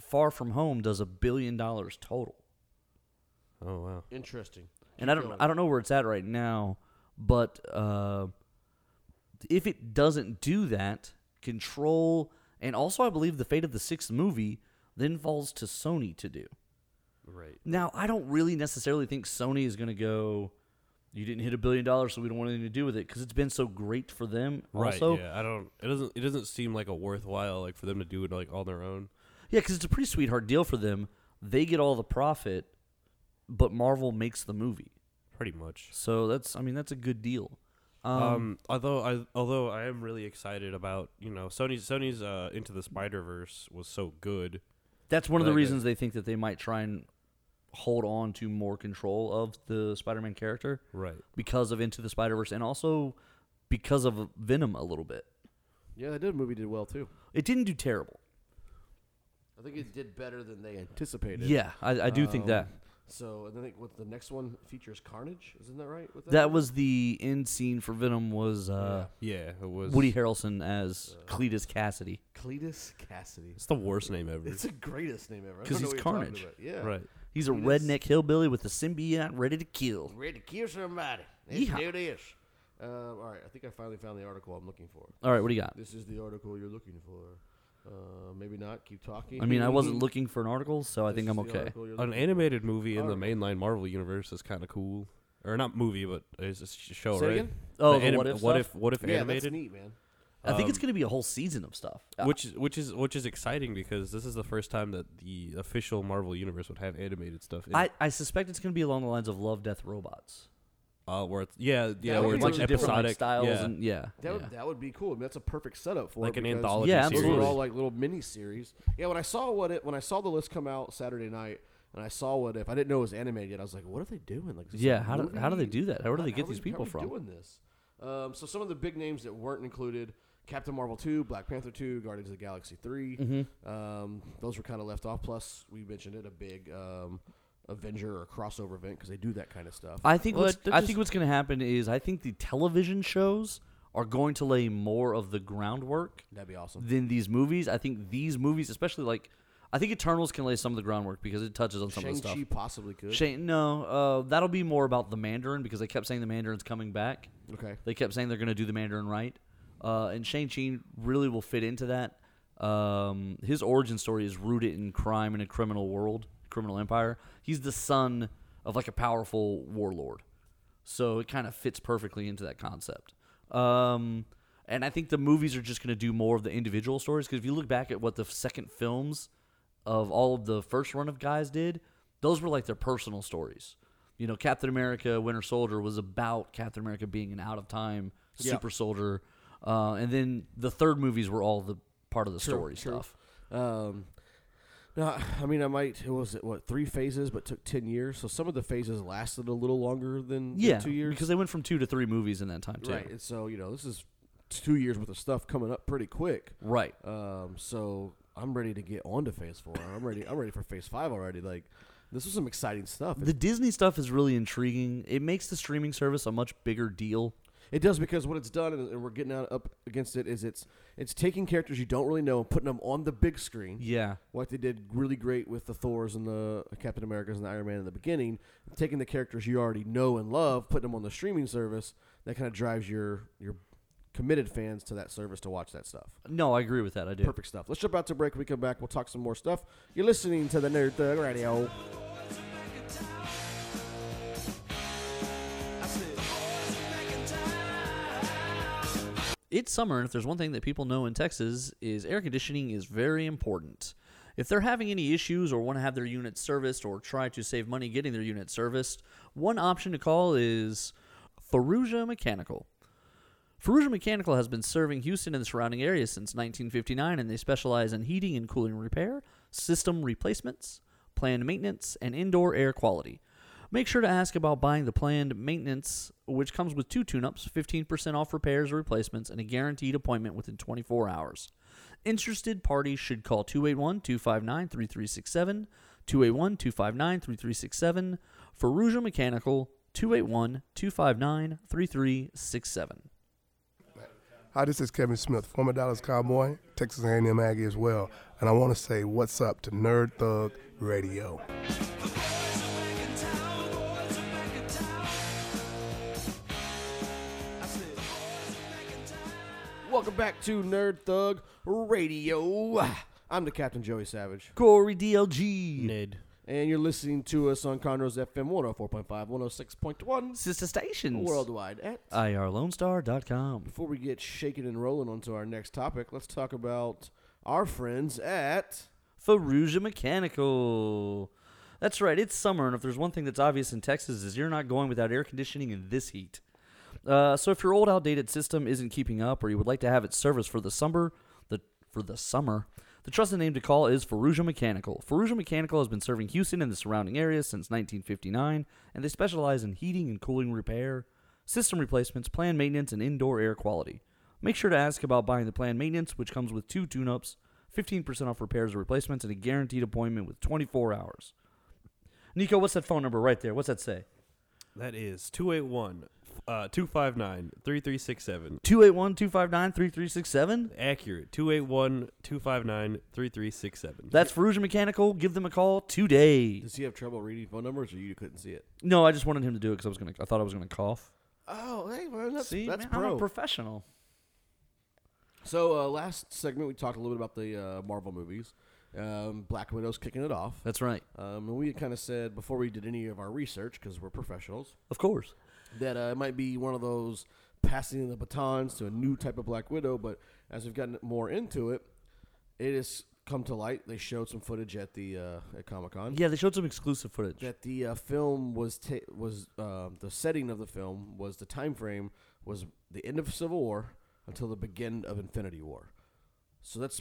[SPEAKER 2] Far From Home does a billion dollars total.
[SPEAKER 3] Oh wow.
[SPEAKER 1] Interesting.
[SPEAKER 2] And I don't I don't know where it's at right now, but uh, if it doesn't do that, control and also I believe the fate of the sixth movie then falls to Sony to do.
[SPEAKER 3] Right.
[SPEAKER 2] Now, I don't really necessarily think Sony is going to go. You didn't hit a billion dollars, so we don't want anything to do with it because it's been so great for them.
[SPEAKER 3] Right.
[SPEAKER 2] also,
[SPEAKER 3] yeah. I don't. It doesn't. It doesn't seem like a worthwhile like for them to do it like on their own.
[SPEAKER 2] yeah, because it's a pretty sweetheart deal for them. They get all the profit, but Marvel makes the movie,
[SPEAKER 3] Pretty much.
[SPEAKER 2] so that's I mean that's a good deal. Um,
[SPEAKER 3] Um, although I although I am really excited about you know Sony's Sony's uh, Into the Spider Verse was so good.
[SPEAKER 2] that's one of the
[SPEAKER 3] like, uh,
[SPEAKER 2] reasons they think that they might try and hold on to more control of the Spider-Man character
[SPEAKER 3] Right.
[SPEAKER 2] because of Into the Spider-Verse and also because of Venom a little bit.
[SPEAKER 1] Yeah, that did movie did well too.
[SPEAKER 2] It didn't do terrible.
[SPEAKER 1] I think it did better than they anticipated.
[SPEAKER 2] Yeah, I, I do think
[SPEAKER 1] Um,
[SPEAKER 2] that.
[SPEAKER 1] So and I think what the next one features Carnage, isn't that right? With
[SPEAKER 2] That was the end scene for Venom was uh,
[SPEAKER 3] Yeah. It was.
[SPEAKER 2] Woody Harrelson as Cletus Cassidy.
[SPEAKER 1] Cletus Cassidy.
[SPEAKER 3] It's the worst name ever.
[SPEAKER 1] It's the greatest name ever. I
[SPEAKER 2] 'Cause
[SPEAKER 1] don't know what you're
[SPEAKER 2] he's
[SPEAKER 1] talking
[SPEAKER 2] Carnage.
[SPEAKER 1] about. Yeah.
[SPEAKER 3] Right.
[SPEAKER 2] He's a redneck hillbilly with a symbiote ready to kill.
[SPEAKER 1] Ready to kill somebody.
[SPEAKER 2] Let's Yeehaw. do
[SPEAKER 1] this. Um, all right, I think I finally found the article I'm looking for.
[SPEAKER 2] All right, what do you got?
[SPEAKER 1] This is the article you're looking for. Uh, maybe not. Keep talking.
[SPEAKER 2] I mean, I wasn't looking for an article, so I think I'm okay.
[SPEAKER 3] An animated movie in the mainline Marvel universe is kind of cool, or not movie, but it's a sh- show,
[SPEAKER 1] Say it
[SPEAKER 3] right?
[SPEAKER 1] again?
[SPEAKER 2] Oh, the What
[SPEAKER 3] what
[SPEAKER 2] If
[SPEAKER 3] if? What
[SPEAKER 2] stuff?
[SPEAKER 3] if? What if
[SPEAKER 1] yeah,
[SPEAKER 3] animated?
[SPEAKER 1] that's neat, man.
[SPEAKER 2] I think it's going to be a whole season of stuff. Uh,
[SPEAKER 3] Um, which is which is which is exciting because this is the first time that the official Marvel universe would have animated stuff. In
[SPEAKER 2] I, I suspect it's going to be along the lines of Love, Death, Robots.
[SPEAKER 3] it, uh, where it's, yeah, yeah,
[SPEAKER 1] would be
[SPEAKER 3] where it's like
[SPEAKER 1] really different,
[SPEAKER 2] Different like,
[SPEAKER 3] episodic
[SPEAKER 2] styles
[SPEAKER 3] yeah.
[SPEAKER 2] and yeah.
[SPEAKER 1] That would
[SPEAKER 2] yeah.
[SPEAKER 1] that would be cool. I mean, that's a perfect setup for
[SPEAKER 3] Like
[SPEAKER 1] it
[SPEAKER 3] an
[SPEAKER 1] because
[SPEAKER 3] anthology
[SPEAKER 2] Yeah,
[SPEAKER 1] Those were
[SPEAKER 2] absolutely.
[SPEAKER 1] all like little mini series. Yeah, when I saw what it when I saw the list come out Saturday night, and I saw what if I didn't know it was animated yet. I was like, what are they doing? Like, is this
[SPEAKER 2] Yeah,
[SPEAKER 1] a
[SPEAKER 2] how do- how do they
[SPEAKER 1] movie?
[SPEAKER 2] do that? How do they get
[SPEAKER 1] are
[SPEAKER 2] these
[SPEAKER 1] we-
[SPEAKER 2] people
[SPEAKER 1] how are we
[SPEAKER 2] from?
[SPEAKER 1] doing this? Um, so some of the big names that weren't included: Captain Marvel two, Black Panther two, Guardians of the Galaxy 3
[SPEAKER 2] Mm-hmm.
[SPEAKER 1] Um, those were kind of left off. Plus, we mentioned it a big um, Avenger or crossover event because they do that kind of stuff.
[SPEAKER 2] I think
[SPEAKER 3] Well,
[SPEAKER 2] what's,
[SPEAKER 3] that- that
[SPEAKER 2] I
[SPEAKER 3] just-
[SPEAKER 2] think what's going to happen is I think the television shows are going to lay more of the groundwork
[SPEAKER 1] That'd be awesome.
[SPEAKER 2] than these movies. I think these movies, especially like, I think Eternals can lay some of the groundwork because it touches on some
[SPEAKER 1] Shang
[SPEAKER 2] of the stuff.
[SPEAKER 1] Chi possibly could.
[SPEAKER 2] Shang, no, uh, that'll be more about the Mandarin because they kept saying the Mandarin's coming back.
[SPEAKER 1] okay.
[SPEAKER 2] They kept saying they're going to do the Mandarin right, uh, and Shang Chi really will fit into that. Um, his origin story is rooted in crime in a criminal world, criminal empire. He's the son of like a powerful warlord, so it kind of fits perfectly into that concept. Um, and I think the movies are just going to do more of the individual stories because if you look back at what the second films of all of the first run of guys did, those were like their personal stories. You know, Captain America Winter Soldier was about Captain America being an out of time
[SPEAKER 1] Yeah.
[SPEAKER 2] super soldier. Uh, and then the third movies were all the part of the story
[SPEAKER 1] true.
[SPEAKER 2] stuff.
[SPEAKER 1] Um, no, I mean, I might. It was what three phases, but took ten years. So some of the phases lasted a little longer than than
[SPEAKER 2] Yeah,
[SPEAKER 1] two years.
[SPEAKER 2] because they went from two to three movies in that time too.
[SPEAKER 1] right, and so you know this is two years worth of stuff coming up pretty quick.
[SPEAKER 2] Right.
[SPEAKER 1] Um, so I'm ready to get on to phase four. I'm ready. I'm ready for phase five already. Like this was some exciting stuff. It,
[SPEAKER 2] The Disney stuff is really intriguing. It makes the streaming service a much bigger deal.
[SPEAKER 1] it does because what it's done, and, and we're getting out up against it, is it's it's taking characters you don't really know and putting them on the big screen.
[SPEAKER 2] Yeah.
[SPEAKER 1] Like they did really great with the Thors and the Captain Americas and the Iron Man in the beginning, taking the characters you already know and love, putting them on the streaming service. That kind of drives your your committed fans to that service to watch that stuff.
[SPEAKER 2] No, I agree with that. I do.
[SPEAKER 1] Perfect stuff. Let's jump out to break. When we come back, we'll talk some more stuff. You're listening to the Nerd Thug Radio.
[SPEAKER 2] It's summer, and if there's one thing that people know in Texas is air conditioning is very important. If they're having any issues or want to have their unit serviced or try to save money getting their unit serviced, one option to call is Faruja Mechanical. Ferrugia Mechanical has been serving Houston and the surrounding area since 1959, and they specialize in heating and cooling repair, system replacements, planned maintenance, and indoor air quality. Make sure to ask about buying the planned maintenance, which comes with two tune ups, 15% off repairs or replacements, and a guaranteed appointment within 24 hours. Interested parties should call 281 259 3367, 281 259 3367, Ferrugia Mechanical, 281 259 3367.
[SPEAKER 4] Hi, this is Kevin Smith, former Dallas Cowboy, Texas A&M Aggie as well, and I want to say what's up to Nerd Thug Radio.
[SPEAKER 1] Welcome back to Nerd Thug Radio. I'm the Captain Joey Savage,
[SPEAKER 2] Corey DLG.
[SPEAKER 3] Ned.
[SPEAKER 1] and you're listening to us on Conroe's FM 104.5, 106.1
[SPEAKER 2] Sister Stations.
[SPEAKER 1] worldwide. At
[SPEAKER 2] IRLoneStar.com.
[SPEAKER 1] before we get shaking and rolling onto our next topic, let's talk about our friends at
[SPEAKER 2] Faruja Mechanical. That's right, it's summer, and if there's one thing that's obvious in Texas is you're not going without air conditioning in this heat. Uh, so if your old outdated system isn't keeping up or you would like to have it serviced for the summer, the for the summer, the trusted name to call is Ferrugia Mechanical. Ferrugia Mechanical has been serving Houston and the surrounding area since 1959, and they specialize in heating and cooling repair, system replacements, planned maintenance, and indoor air quality. Make sure to ask about buying the planned maintenance, which comes with two tune-ups, 15% off repairs or replacements, and a guaranteed appointment with 24 hours. Nico, what's that phone number right there? What's that say?
[SPEAKER 3] That is 281 uh, 259 3367.
[SPEAKER 2] 281 259 3367.
[SPEAKER 3] Accurate. 281 259 3367.
[SPEAKER 2] That's Ferrugia Mechanical. Give them a call today.
[SPEAKER 1] Does he have trouble reading phone numbers, or you couldn't see it?
[SPEAKER 2] No, I just wanted him to do it because I was gonna. I thought I was gonna cough.
[SPEAKER 1] Oh, hey, well, that's that's
[SPEAKER 2] man, I'm
[SPEAKER 1] pro.
[SPEAKER 2] a professional.
[SPEAKER 1] so uh, last segment we talked a little bit about the uh, Marvel movies. Um, Black Widow's kicking it off.
[SPEAKER 2] That's right.
[SPEAKER 1] Um, and we kind of said before we did any of our research, because we're professionals,
[SPEAKER 2] Of course.
[SPEAKER 1] that uh, it might be one of those passing the batons to a new type of Black Widow. But as we've gotten more into it, it has come to light. They showed some footage at the uh, at Comic Con
[SPEAKER 2] Yeah, they showed some exclusive footage.
[SPEAKER 1] that the uh, film was ta- was uh, the setting of the film was the time frame was the end of Civil War until the begin of Infinity War. So that's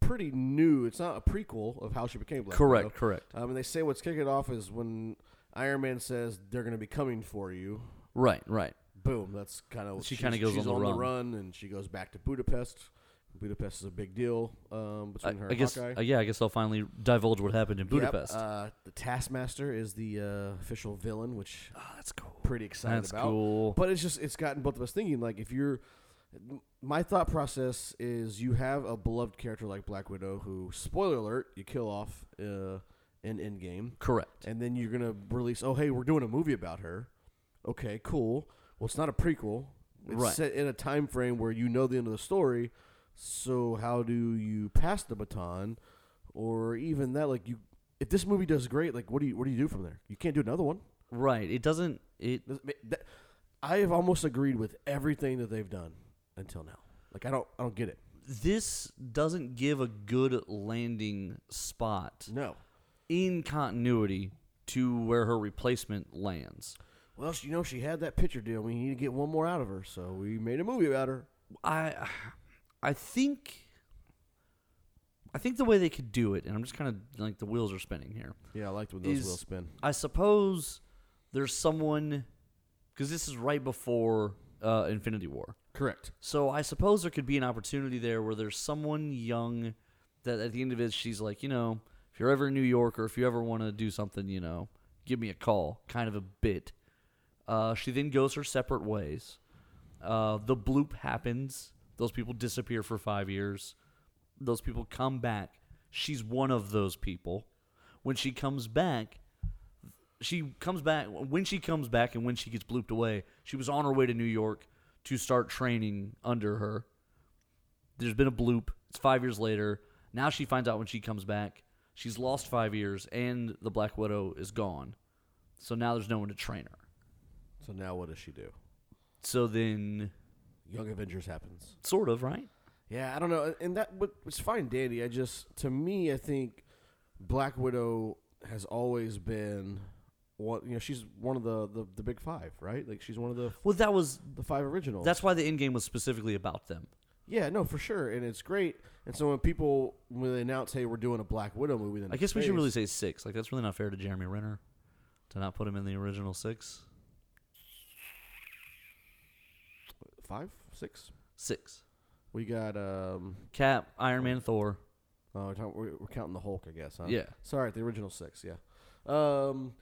[SPEAKER 1] pretty new. It's not a prequel of how she became Black
[SPEAKER 2] correct.
[SPEAKER 1] Widow.
[SPEAKER 2] Correct.
[SPEAKER 1] Um, and they say what's kicking it off is when Iron Man says they're going to be coming for you.
[SPEAKER 2] Right. Right.
[SPEAKER 1] Boom. That's kind of
[SPEAKER 2] She kinda goes
[SPEAKER 1] she's
[SPEAKER 2] on the
[SPEAKER 1] the
[SPEAKER 2] run.
[SPEAKER 1] run, and she goes back to Budapest. Budapest is a big deal um,
[SPEAKER 2] I,
[SPEAKER 1] between her
[SPEAKER 2] I
[SPEAKER 1] and
[SPEAKER 2] guess.
[SPEAKER 1] Hawkeye.
[SPEAKER 2] Uh, yeah, I guess I'll finally divulge what happened in
[SPEAKER 1] Yep,
[SPEAKER 2] Budapest.
[SPEAKER 1] uh, the Taskmaster is the uh, official villain, which
[SPEAKER 2] oh, that's cool.
[SPEAKER 1] pretty excited
[SPEAKER 2] That's
[SPEAKER 1] about.
[SPEAKER 2] cool.
[SPEAKER 1] But it's just it's gotten both of us thinking. Like if you're, my thought process is you have a beloved character like Black Widow, who spoiler alert, you kill off uh, in Endgame.
[SPEAKER 2] correct.
[SPEAKER 1] and then you're gonna release. Oh, hey, we're doing a movie about her. Okay, cool. Well, it's not a prequel. It's
[SPEAKER 2] Right.
[SPEAKER 1] set in a time frame where you know the end of the story. So how do you pass the baton, or even that? Like you, if this movie does great, like what do you what do you do from there? You can't do another one.
[SPEAKER 2] Right. It doesn't. It.
[SPEAKER 1] Does- that- I have almost agreed with everything that they've done until now. Like I don't I don't get it.
[SPEAKER 2] this doesn't give a good landing spot
[SPEAKER 1] No.
[SPEAKER 2] in continuity to where her replacement lands.
[SPEAKER 1] Well, she- you know, she had that picture deal. We need to get one more out of her, so we made a movie about her.
[SPEAKER 2] I I think I think the way they could do it, and I'm just kind of like the wheels are spinning here.
[SPEAKER 1] Yeah, I liked when
[SPEAKER 2] those
[SPEAKER 1] those
[SPEAKER 2] Is-
[SPEAKER 1] will
[SPEAKER 2] wheels
[SPEAKER 1] spin.
[SPEAKER 2] I suppose there's someone because this is right before uh, Infinity War.
[SPEAKER 1] Correct.
[SPEAKER 2] So I suppose there could be an opportunity there where there's someone young that at the end of it she's like, you know, if you're ever in New York or if you ever want to do something, you know, give me a call, kind of a bit. Uh, she then goes her separate ways. Uh, the bloop happens. Those people disappear for five years. Those people come back. She's one of those people. When she comes back, she comes back when she comes back and when she gets blooped away she was on her way to new york to start training under her there's been a bloop it's five years later now she finds out when she comes back she's lost five years and the black widow is gone so now there's no one to train her
[SPEAKER 1] So now what does she do?
[SPEAKER 2] so then
[SPEAKER 1] Young Avengers happens.
[SPEAKER 2] sort of right
[SPEAKER 1] Yeah, I don't know, and that but it's fine, Danny. I just to me, I think Black Widow has always been what you know. She's one of the, the the big five, right? Like she's one of the
[SPEAKER 2] well that was
[SPEAKER 1] the five originals.
[SPEAKER 2] that's why the end game was specifically about them
[SPEAKER 1] yeah, no, for sure, and it's great. And so when people when they announce, hey, we're doing a Black Widow movie, then
[SPEAKER 2] i guess we should really say six like that's really not fair to jeremy renner to not put him in the original six
[SPEAKER 1] five, six.
[SPEAKER 2] six
[SPEAKER 1] We got um.
[SPEAKER 2] cap iron man thor
[SPEAKER 1] Oh, we're, talking, we're, we're counting the Hulk, I guess. Huh?
[SPEAKER 2] Yeah.
[SPEAKER 1] Sorry, the original six. Yeah. Um,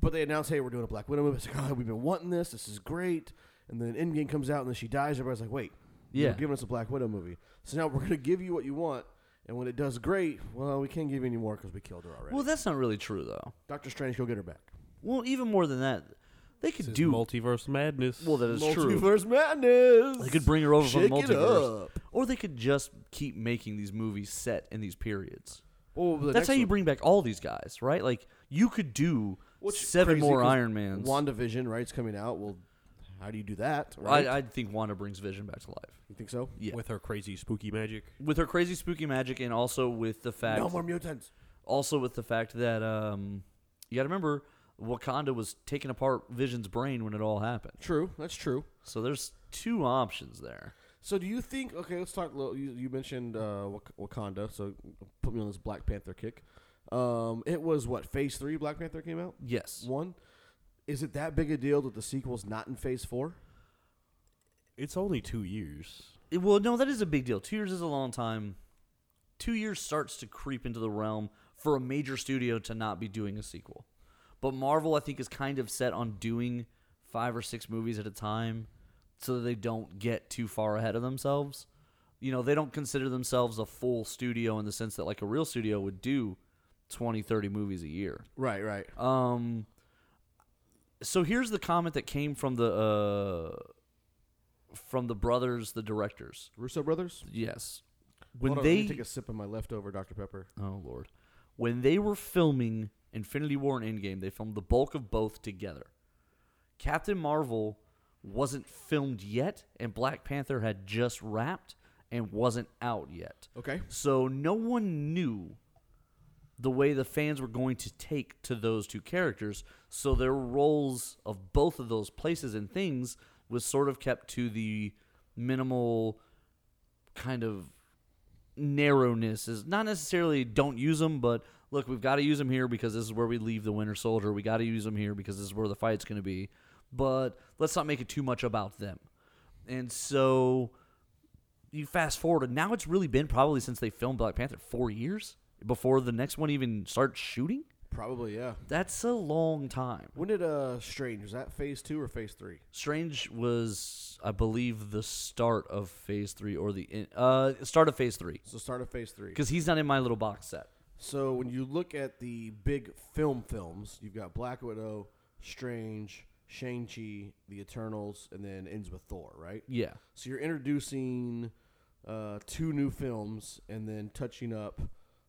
[SPEAKER 1] but they announced, hey, we're doing a Black Widow movie. It's like, oh, we've been wanting this. This is great. And then Endgame comes out, and then she dies. Everybody's like, wait,
[SPEAKER 2] Yeah.
[SPEAKER 1] you're giving us a Black Widow movie. So now we're gonna give you what you want, and when it does great, well, we can't give you any more because we killed her already.
[SPEAKER 2] Well, that's not really true though.
[SPEAKER 1] Doctor Strange, go get her back.
[SPEAKER 2] Well, even more than that, they could do.
[SPEAKER 3] multiverse madness.
[SPEAKER 2] well, that is true.
[SPEAKER 1] multiverse madness.
[SPEAKER 2] They could bring her over
[SPEAKER 1] Shake
[SPEAKER 2] from the
[SPEAKER 1] it
[SPEAKER 2] multiverse,
[SPEAKER 1] up.
[SPEAKER 2] or they could just keep making these movies set in these periods.
[SPEAKER 1] Well, Oh, the
[SPEAKER 2] that's
[SPEAKER 1] next
[SPEAKER 2] how you
[SPEAKER 1] one-
[SPEAKER 2] bring back all these guys, right? Like you could do
[SPEAKER 1] Which is
[SPEAKER 2] seven
[SPEAKER 1] crazy
[SPEAKER 2] more
[SPEAKER 1] 'cause
[SPEAKER 2] Iron Mans.
[SPEAKER 1] WandaVision, right? It's coming out. Well, how do you do that? Right?
[SPEAKER 2] I, I think Wanda brings Vision back to life
[SPEAKER 1] you think so?
[SPEAKER 2] yeah.
[SPEAKER 3] with her crazy spooky magic.
[SPEAKER 2] with her crazy spooky magic, and also with the fact,
[SPEAKER 1] No more mutants.
[SPEAKER 2] also with the fact that um, you got to remember Wakanda was taking apart Vision's brain when it all happened.
[SPEAKER 1] True. That's true.
[SPEAKER 2] So there's two options there.
[SPEAKER 1] So do you think? Okay, let's talk. a little- You, you mentioned uh, Wak- Wakanda, so put me on this Black Panther kick. Um, it was what Phase Three Black Panther came out.
[SPEAKER 2] Yes.
[SPEAKER 1] One, is it that big a deal that the sequel's not in Phase Four?
[SPEAKER 3] It's only two years.
[SPEAKER 2] It- Well, no, that is a big deal. Two years is a long time. Two years starts to creep into the realm for a major studio to not be doing a sequel. But Marvel, I think, is kind of set on doing five or six movies at a time so that they don't get too far ahead of themselves. You know, they don't consider themselves a full studio in the sense that, like, a real studio would do 20, 30 movies a year.
[SPEAKER 1] Right, right.
[SPEAKER 2] Um, so here's the comment that came from the uh, from the brothers, the directors.
[SPEAKER 1] Russo brothers.
[SPEAKER 2] Yes, when
[SPEAKER 1] Hold on, let me
[SPEAKER 2] they
[SPEAKER 1] take a sip of my leftover Dr Pepper.
[SPEAKER 2] oh lord, when they were filming Infinity War and Endgame, they filmed the bulk of both together. Captain Marvel wasn't filmed yet, and Black Panther had just wrapped and wasn't out yet.
[SPEAKER 1] Okay.
[SPEAKER 2] So no one knew the way the fans were going to take to those two characters. So their roles of both of those places and things was sort of kept to the minimal kind of narrowness is not necessarily don't use them, but look, we've got to use them here because this is where we leave the Winter Soldier. We got to use them here because this is where the fight's going to be. But let's not make it too much about them. And so you fast forward, and now it's really been probably since they filmed Black Panther four years before the next one even starts shooting.
[SPEAKER 1] Probably, yeah.
[SPEAKER 2] That's a long time.
[SPEAKER 1] When did uh Strange? Was that Phase Two or Phase Three?
[SPEAKER 2] Strange was, I believe, the start of Phase Three or the in, uh start of Phase Three
[SPEAKER 1] So start of Phase Three.
[SPEAKER 2] because he's not in my little box set.
[SPEAKER 1] So when you look at the big film films, you've got Black Widow, Strange, Shang Chi, The Eternals, and then ends with Thor, right?
[SPEAKER 2] Yeah.
[SPEAKER 1] So you're introducing uh, two new films and then touching up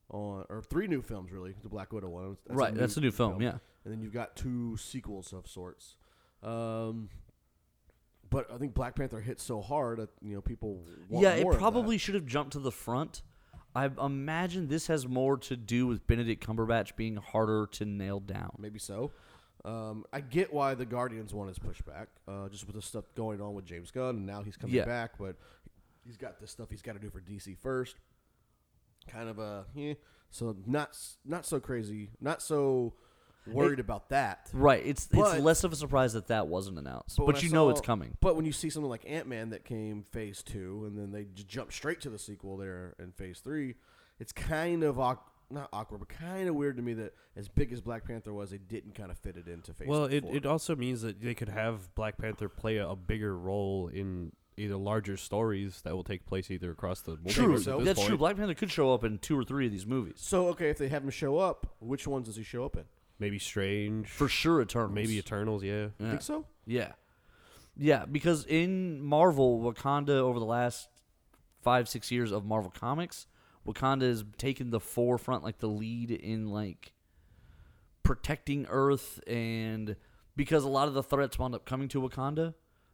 [SPEAKER 1] on or three new films really. The Black Widow one, a
[SPEAKER 2] right, that's a new film, yeah.
[SPEAKER 1] and then you've got two sequels of sorts. Um, But I think Black Panther hit so hard, that, you know, people. Want
[SPEAKER 2] yeah, it
[SPEAKER 1] more of that.
[SPEAKER 2] probably should have jumped to the front. I imagine this has more to do with Benedict Cumberbatch being harder to nail down.
[SPEAKER 1] maybe so. Um, I get why the Guardians one is pushed back, uh, just with the stuff going on with James Gunn, and now he's coming
[SPEAKER 2] Yeah.
[SPEAKER 1] back, but he's got this stuff he's got to do for DC first. Kind of a eh. so not s- not so crazy, not so worried about that.
[SPEAKER 2] Right. It's
[SPEAKER 1] But-
[SPEAKER 2] it's less of a surprise that that wasn't announced, but,
[SPEAKER 1] when I
[SPEAKER 2] you know
[SPEAKER 1] saw-
[SPEAKER 2] it's coming.
[SPEAKER 1] But when you see something like Ant Man that came Phase Two, and then they j- jump straight to the sequel there in Phase Three, it's kind of awk- not awkward, but kind of weird to me that as big as Black Panther was, they didn't kind of fit it into Phase.
[SPEAKER 3] Well, it,
[SPEAKER 1] four.
[SPEAKER 3] it also means that they could have Black Panther play a, a bigger role in either larger stories that will take place either across the multiverse
[SPEAKER 1] True.
[SPEAKER 3] at
[SPEAKER 1] So-
[SPEAKER 3] this
[SPEAKER 2] That's true.
[SPEAKER 3] point.
[SPEAKER 2] Black Panther could show up in two or three of these movies.
[SPEAKER 1] So okay, if they have him show up, which ones does he show up in?
[SPEAKER 3] Maybe Strange.
[SPEAKER 2] For sure Eternals.
[SPEAKER 3] maybe Eternals. Yeah.
[SPEAKER 1] You Think so?
[SPEAKER 2] Yeah. Yeah, because in Marvel, Wakanda over the last five, six years of Marvel Comics, Wakanda has taken the forefront, like the lead in like protecting Earth and because a lot of the threats wound up coming to Wakanda.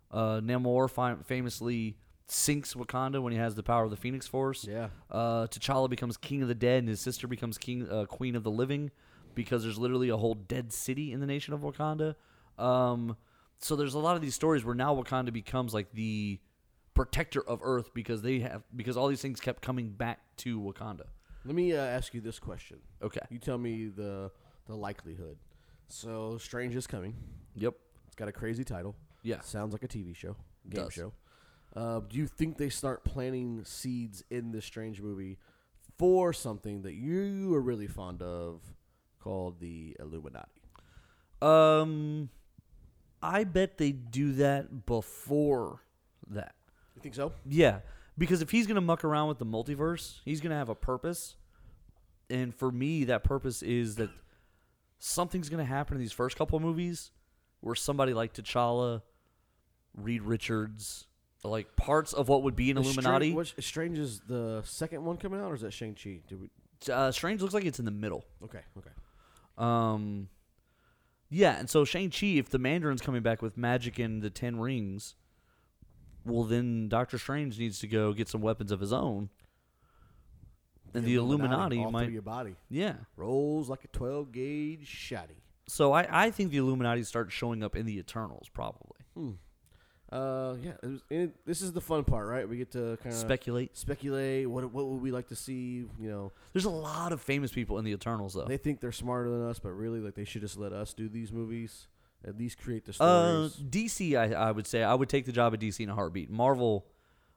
[SPEAKER 2] Uh, Namor fi- famously sinks Wakanda when he has the power of the Phoenix Force.
[SPEAKER 1] Yeah.
[SPEAKER 2] Uh, T'Challa becomes king of the dead, and his sister becomes king, uh, queen of the living, because there's literally a whole dead city in the nation of Wakanda. Um, so there's a lot of these stories where now Wakanda becomes like the protector of Earth because they have because all these things kept coming back to Wakanda.
[SPEAKER 1] Let me uh, ask you this question.
[SPEAKER 2] Okay.
[SPEAKER 1] You tell me the the likelihood. So Strange is coming.
[SPEAKER 2] Yep.
[SPEAKER 1] It's got a crazy title.
[SPEAKER 2] Yeah.
[SPEAKER 1] Sounds like a TV show, game
[SPEAKER 2] Does.
[SPEAKER 1] show. Uh, do you think they start planting seeds in this Strange movie for something that you are really fond of called the Illuminati?
[SPEAKER 2] Um, I bet they do that before that.
[SPEAKER 1] You think so?
[SPEAKER 2] Yeah, because if he's gonna muck around with the multiverse, he's gonna have a purpose, and for me, that purpose is that something's gonna happen in these first couple of movies where somebody like T'Challa, Reed Richards, like parts of what would be an
[SPEAKER 1] Is Stra-
[SPEAKER 2] Illuminati.
[SPEAKER 1] what's- is Strange is the second one coming out, or is that Shang Chi? We-
[SPEAKER 2] uh, Strange looks like it's in the middle.
[SPEAKER 1] okay, okay.
[SPEAKER 2] Um, yeah, and so Shang Chi, if the Mandarin's coming back with magic and the Ten Rings, well then Doctor Strange needs to go get some weapons of his own. And the, Illuminati,
[SPEAKER 1] all
[SPEAKER 2] might,
[SPEAKER 1] through your body.
[SPEAKER 2] yeah.
[SPEAKER 1] rolls like a 12 gauge shotty.
[SPEAKER 2] So I, I think the Illuminati start showing up in the Eternals probably.
[SPEAKER 1] Uh, yeah, it was, and it- this is the fun part, right? We get to kind of
[SPEAKER 2] Speculate.
[SPEAKER 1] speculate. What what would we like to see? You know,
[SPEAKER 2] There's a lot of famous people in the Eternals though.
[SPEAKER 1] they think they're smarter than us, but really, like they should just let us do these movies. At least create the
[SPEAKER 2] Uh,
[SPEAKER 1] stories.
[SPEAKER 2] DC, I, I would say I would take the job at DC in a heartbeat. Marvel,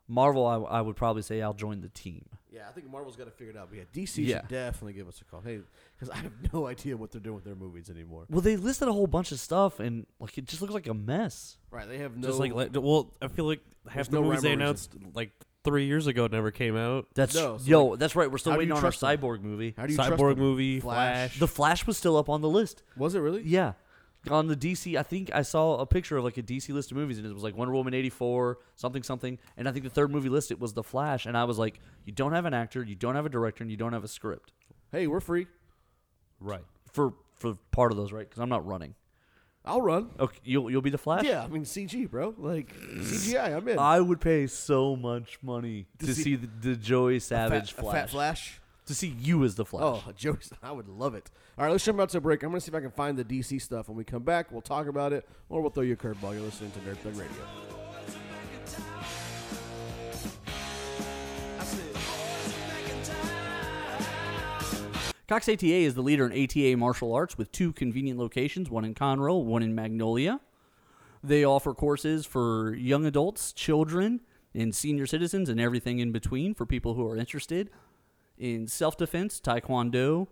[SPEAKER 2] Marvel, I, I would probably say I'll join the team.
[SPEAKER 1] yeah, I think Marvel's got to figure it out. But yeah, DC
[SPEAKER 2] Yeah.
[SPEAKER 1] should definitely give us a call. Hey, because I have no idea what they're doing with their movies anymore.
[SPEAKER 2] Well, they listed a whole bunch of stuff, and like it just looks like a mess.
[SPEAKER 1] Right? They have no.
[SPEAKER 3] Just like let- well, I feel like half
[SPEAKER 1] There's
[SPEAKER 3] the
[SPEAKER 1] no rhyme
[SPEAKER 3] movies
[SPEAKER 1] or
[SPEAKER 3] they
[SPEAKER 1] reason.
[SPEAKER 3] announced like three years ago never came out.
[SPEAKER 2] That's
[SPEAKER 1] No, so,
[SPEAKER 2] yo, that's right. We're still
[SPEAKER 1] how do you
[SPEAKER 2] waiting on our
[SPEAKER 1] trust them?
[SPEAKER 2] cyborg movie.
[SPEAKER 1] how do you trust
[SPEAKER 3] Cyborg
[SPEAKER 1] them?
[SPEAKER 3] movie,
[SPEAKER 1] Flash.
[SPEAKER 3] Flash.
[SPEAKER 2] The Flash was still up on the list.
[SPEAKER 1] Was it really?
[SPEAKER 2] Yeah, on the DC, I think I saw a picture of like a DC list of movies, and it was like Wonder Woman eighty four, something something, and I think the third movie listed was The Flash, and I was like, you don't have an actor, you don't have a director, and you don't have a script
[SPEAKER 1] Hey, we're free.
[SPEAKER 3] right.
[SPEAKER 2] for for part of those, right? Because I'm not running.
[SPEAKER 1] I'll run.
[SPEAKER 2] Okay, you'll you'll be the Flash.
[SPEAKER 1] Yeah, I mean CG, bro. Like CGI, I'm in.
[SPEAKER 2] I would pay so much money to, see,
[SPEAKER 1] see-
[SPEAKER 2] the, the Joey Savage
[SPEAKER 1] fat,
[SPEAKER 2] Flash.
[SPEAKER 1] A fat flash.
[SPEAKER 2] To see you as the Flash.
[SPEAKER 1] Oh, jokes! I would love it. All right, let's jump out to a break. I'm going to see if I can find the DC stuff. When we come back, we'll talk about it, or we'll throw you a curveball. You're listening to Nerd Thug Radio.
[SPEAKER 2] Cox ATA is the leader in ATA martial arts with two convenient locations, one in Conroe, one in Magnolia. They offer courses for young adults, children, and senior citizens, and everything in between for people who are interested in self defense, taekwondo,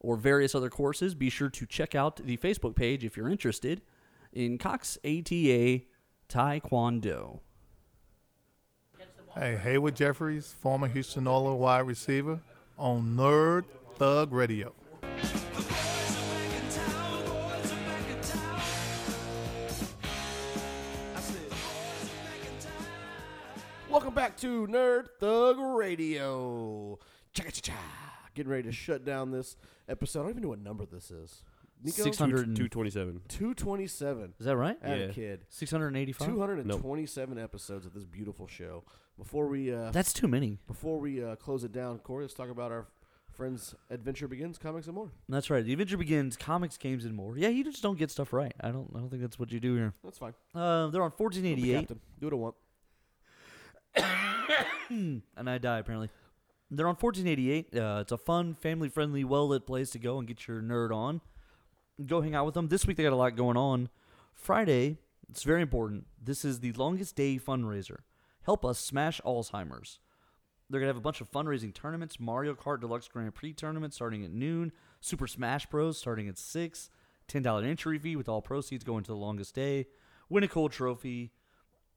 [SPEAKER 2] or various other courses. Be sure to check out the Facebook page if you're interested in Cox ATA Taekwondo.
[SPEAKER 5] Hey, Hayward Jeffries, former Houston Oilers wide receiver, on Nerd Thug Radio.
[SPEAKER 1] Welcome back to Nerd Thug Radio. Cha cha cha. Getting ready to shut down this episode. I don't even know what number this is. Nico?
[SPEAKER 2] Six hundred and-
[SPEAKER 3] 227.
[SPEAKER 1] 227.
[SPEAKER 2] Is that right?
[SPEAKER 1] At a
[SPEAKER 3] Yeah.
[SPEAKER 1] kid.
[SPEAKER 2] Six hundred and eighty-five.
[SPEAKER 1] 227 episodes of this beautiful show. Before we uh,
[SPEAKER 2] That's too many.
[SPEAKER 1] before we uh, close it down, Corey, let's talk about our friends Adventure Begins Comics and More.
[SPEAKER 2] That's right. The adventure begins. Comics, games, and more. Yeah, you just don't get stuff right. I don't. I don't think that's what you do here.
[SPEAKER 1] That's fine.
[SPEAKER 2] Uh, they're on fourteen
[SPEAKER 1] Don't be
[SPEAKER 2] eighty-eight.
[SPEAKER 1] Captain. Do what I want.
[SPEAKER 2] and I die apparently. They're on 1488. Uh, it's a fun, family-friendly, well-lit place to go and get your nerd on. Go hang out with them. This week they got a lot going on. Friday, it's very important. This is the longest day fundraiser. Help us smash Alzheimer's. They're gonna have a bunch of fundraising tournaments: Mario Kart Deluxe Grand Prix tournament starting at noon, Super Smash Bros. starting at six, ten dollar entry fee with all proceeds going to the longest day, win a cool trophy,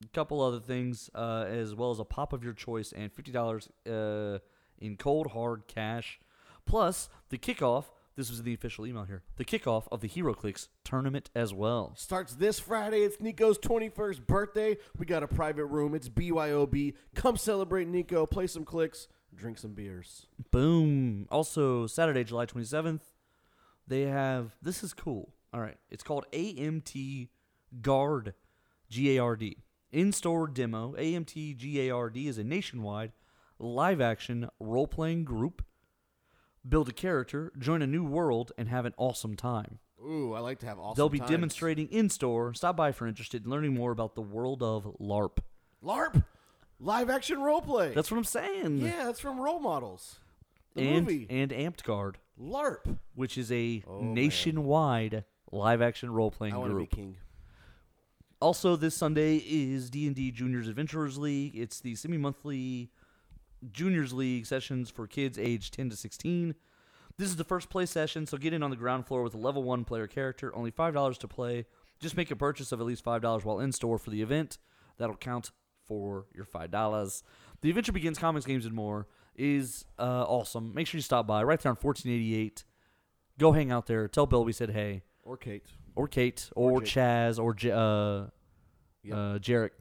[SPEAKER 2] a couple other things, uh, as well as a pop of your choice and fifty dollars uh, in cold hard cash, plus the kickoff. This was in the official email here. The kickoff of the HeroClix tournament as well.
[SPEAKER 1] Starts this Friday. It's Nico's 21st birthday. We got a private room. It's BYOB. Come celebrate Nico. Play some clicks. Drink some beers.
[SPEAKER 2] Boom. Also, Saturday, July 27th, they have this is cool. All right. It's called AMT Guard G A R D. In store demo. AMT G A R D is a nationwide live action role playing group. Build a character, join a new world, and have an awesome time.
[SPEAKER 1] Ooh, I like to have awesome
[SPEAKER 2] They'll be
[SPEAKER 1] times.
[SPEAKER 2] demonstrating in store. Stop by if you're interested in learning more about the world of LARP.
[SPEAKER 1] LARP. Live action role play.
[SPEAKER 2] That's what I'm saying.
[SPEAKER 1] yeah, that's from Role Models. The
[SPEAKER 2] and,
[SPEAKER 1] movie.
[SPEAKER 2] and Amped Guard.
[SPEAKER 1] LARP.
[SPEAKER 2] which is a nationwide live action role playing
[SPEAKER 1] Oh, I want to be
[SPEAKER 2] group.
[SPEAKER 1] king.
[SPEAKER 2] Also, this Sunday is D and D Juniors Adventurers League. It's the semi monthly Juniors League sessions for kids aged ten to sixteen. This is the first play session, so get in on the ground floor with a level one player character. Only five dollars to play. Just make a purchase of at least five dollars while in store for the event. That'll count for your five dollars. The adventure begins. Comics, games, and more is uh, awesome. Make sure you stop by right there on fourteen eighty eight. Go hang out there. Tell Bill we said hey
[SPEAKER 1] Or Kate.
[SPEAKER 2] or Kate or, Chaz or J- uh, uh, Jarek.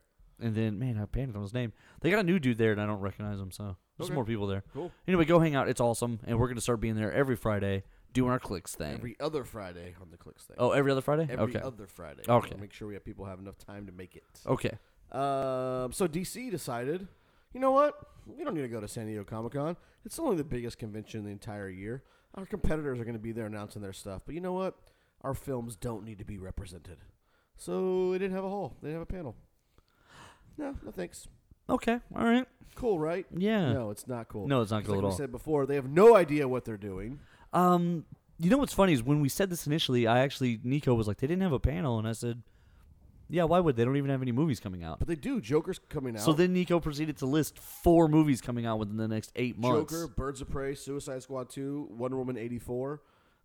[SPEAKER 2] And then, man, I panicked on his name. They got a new dude there, and I don't recognize him, so there's more people there.
[SPEAKER 1] Cool.
[SPEAKER 2] Anyway, go hang out. It's awesome, and we're gonna start being there every Friday doing our clicks thing.
[SPEAKER 1] Every other Friday on the clicks thing.
[SPEAKER 2] oh, every other Friday.
[SPEAKER 1] Every
[SPEAKER 2] okay.
[SPEAKER 1] other Friday.
[SPEAKER 2] Okay.
[SPEAKER 1] Make sure we have people have enough time to make it.
[SPEAKER 2] okay.
[SPEAKER 1] Um, so DC decided, you know what? We don't need to go to San Diego Comic Con. It's only the biggest convention in the entire year. Our competitors are going to be there announcing their stuff. But you know what? Our films don't need to be represented. So they didn't have a hall. They didn't have a panel. No, no thanks.
[SPEAKER 2] Okay. All right.
[SPEAKER 1] Cool, right?
[SPEAKER 2] Yeah.
[SPEAKER 1] No, it's not cool.
[SPEAKER 2] No, it's not
[SPEAKER 1] 'Cause
[SPEAKER 2] cool
[SPEAKER 1] like
[SPEAKER 2] at
[SPEAKER 1] we
[SPEAKER 2] all.
[SPEAKER 1] said before, they have no idea what they're doing.
[SPEAKER 2] Um, you know what's funny is when we said this initially, I actually Nico was like, they didn't have a panel, and I said, yeah, why would they? Don't even have any movies coming out.
[SPEAKER 1] But they do. Joker's coming out.
[SPEAKER 2] So then Nico proceeded to list four movies coming out within the next eight months.
[SPEAKER 1] Joker, Birds of Prey, Suicide Squad 2, Wonder Woman 84.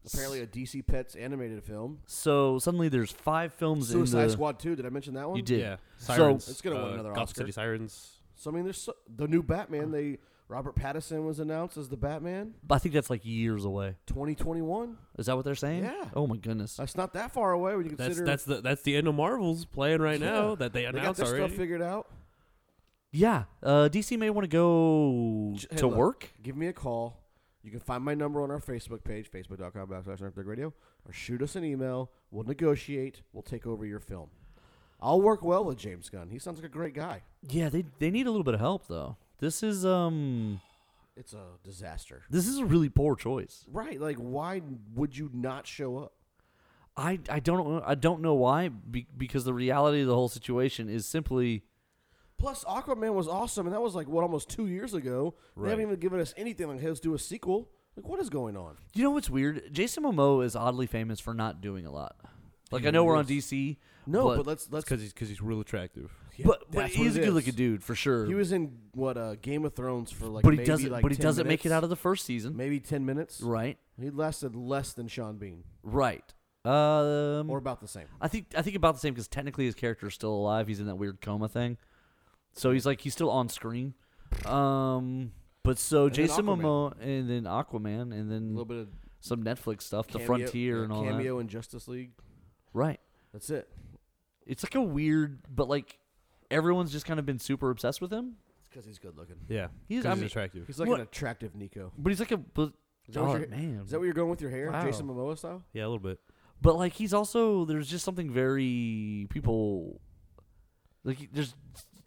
[SPEAKER 1] Apparently a DC Pets animated film.
[SPEAKER 2] So suddenly there's five films in
[SPEAKER 1] Suicide
[SPEAKER 2] the
[SPEAKER 1] Squad 2. Did I mention that one?
[SPEAKER 2] you did.
[SPEAKER 3] Yeah.
[SPEAKER 2] So-
[SPEAKER 3] Sirens. uh,
[SPEAKER 1] It's gonna win another
[SPEAKER 3] Gotham
[SPEAKER 1] Oscar.
[SPEAKER 3] City Sirens.
[SPEAKER 1] So I mean, there's so, the new Batman. They Robert Pattinson was announced as the Batman
[SPEAKER 2] But I think that's like years away.
[SPEAKER 1] 2021.
[SPEAKER 2] Is that what they're saying?
[SPEAKER 1] Yeah.
[SPEAKER 2] Oh my goodness.
[SPEAKER 1] That's not that far away when you
[SPEAKER 3] That's
[SPEAKER 1] consider
[SPEAKER 3] that's the that's the end of Marvel's playing right now
[SPEAKER 1] Yeah.
[SPEAKER 3] that they
[SPEAKER 1] they got
[SPEAKER 3] announced
[SPEAKER 1] this
[SPEAKER 3] already.
[SPEAKER 1] stuff figured out.
[SPEAKER 2] Yeah. Uh, DC may want to go
[SPEAKER 1] J- hey,
[SPEAKER 2] to
[SPEAKER 1] look,
[SPEAKER 2] work.
[SPEAKER 1] Give me a call. You can find my number on our Facebook page, facebook.com backslash Nerf Dog Radio, or shoot us an email. We'll negotiate. We'll take over your film. I'll work well with James Gunn. He sounds like a great guy.
[SPEAKER 2] Yeah, they they need a little bit of help though. This is um
[SPEAKER 1] It's a disaster.
[SPEAKER 2] this is a really poor choice.
[SPEAKER 1] Right. Like, why would you not show up?
[SPEAKER 2] I I don't I don't know why be, because the reality of the whole situation is simply
[SPEAKER 1] Plus, Aquaman was awesome, and that was like what almost two years ago. They haven't even given us anything like let's do a sequel. Like, what is going on?
[SPEAKER 2] You know what's weird? Jason Momoa is oddly famous for not doing a lot. Like I know we're on DC.
[SPEAKER 1] No, but,
[SPEAKER 2] but
[SPEAKER 1] let's let's.
[SPEAKER 3] because he's because he's real attractive.
[SPEAKER 2] but, but
[SPEAKER 1] that's
[SPEAKER 2] he
[SPEAKER 1] what
[SPEAKER 2] is a
[SPEAKER 1] it
[SPEAKER 2] good looking
[SPEAKER 1] is.
[SPEAKER 2] dude for sure.
[SPEAKER 1] He was in what uh, Game of Thrones for like,
[SPEAKER 2] but he
[SPEAKER 1] maybe,
[SPEAKER 2] doesn't.
[SPEAKER 1] Like
[SPEAKER 2] but he
[SPEAKER 1] 10
[SPEAKER 2] doesn't make it
[SPEAKER 1] minutes,
[SPEAKER 2] out of the first season,
[SPEAKER 1] maybe ten minutes.
[SPEAKER 2] right?
[SPEAKER 1] He lasted less than Sean Bean,
[SPEAKER 2] Right. Um,
[SPEAKER 1] or about the same.
[SPEAKER 2] I think I think about the same because technically his character is still alive. He's in that weird coma thing, so he's like he's still on screen. Um, but so
[SPEAKER 1] then
[SPEAKER 2] Jason
[SPEAKER 1] Aquaman.
[SPEAKER 2] Momoa and then Aquaman and
[SPEAKER 1] A little
[SPEAKER 2] then
[SPEAKER 1] bit of
[SPEAKER 2] some Netflix stuff, Hmm. The
[SPEAKER 1] cameo-
[SPEAKER 2] Frontier
[SPEAKER 1] yeah,
[SPEAKER 2] and all
[SPEAKER 1] cameo in Justice League.
[SPEAKER 2] that. Right.
[SPEAKER 1] That's it.
[SPEAKER 2] It's like a weird, but like everyone's just kind of been super obsessed with him.
[SPEAKER 1] It's because he's good looking.
[SPEAKER 3] Yeah,
[SPEAKER 2] He's-
[SPEAKER 3] he's,
[SPEAKER 2] I
[SPEAKER 3] he's
[SPEAKER 2] mean-
[SPEAKER 3] attractive.
[SPEAKER 1] He's like
[SPEAKER 2] What-
[SPEAKER 1] an attractive Nico.
[SPEAKER 2] But he's like a. But,
[SPEAKER 1] that what
[SPEAKER 2] oh,
[SPEAKER 1] you're-
[SPEAKER 2] man.
[SPEAKER 1] Is that what you're going with your hair,
[SPEAKER 2] Wow.
[SPEAKER 1] Jason Momoa style?
[SPEAKER 3] Yeah, a little bit.
[SPEAKER 2] But like he's also there's just something very people like there's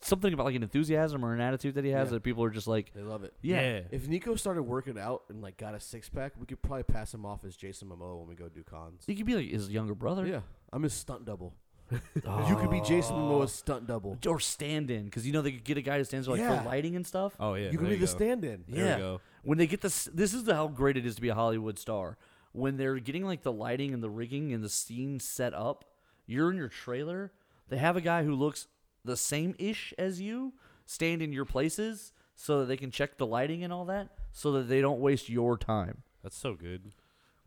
[SPEAKER 2] something about like an enthusiasm or an attitude that he has
[SPEAKER 1] Yeah.
[SPEAKER 2] that people are just like
[SPEAKER 1] They love it.
[SPEAKER 2] yeah.
[SPEAKER 1] If Nico started working out and like got a six pack, we could probably pass him off as Jason Momoa when we go do cons.
[SPEAKER 2] He could be like his younger brother.
[SPEAKER 1] Yeah, I'm his stunt double. You could be
[SPEAKER 3] Oh.
[SPEAKER 1] Jason Momoa's stunt double.
[SPEAKER 2] Or stand in because you know they could get a guy who stands like
[SPEAKER 1] Yeah.
[SPEAKER 2] for lighting and stuff.
[SPEAKER 3] Oh yeah,
[SPEAKER 1] you could
[SPEAKER 3] there
[SPEAKER 1] be the
[SPEAKER 3] go.
[SPEAKER 1] stand-in.
[SPEAKER 3] There we
[SPEAKER 2] yeah.
[SPEAKER 3] go.
[SPEAKER 2] When they get this, this is the, how great it is to be a Hollywood star. When they're getting like the lighting and the rigging and the scene set up, you're in your trailer. They have a guy who looks the same ish as you stand in your places so that they can check the lighting and all that so that they don't waste your time.
[SPEAKER 3] That's so good.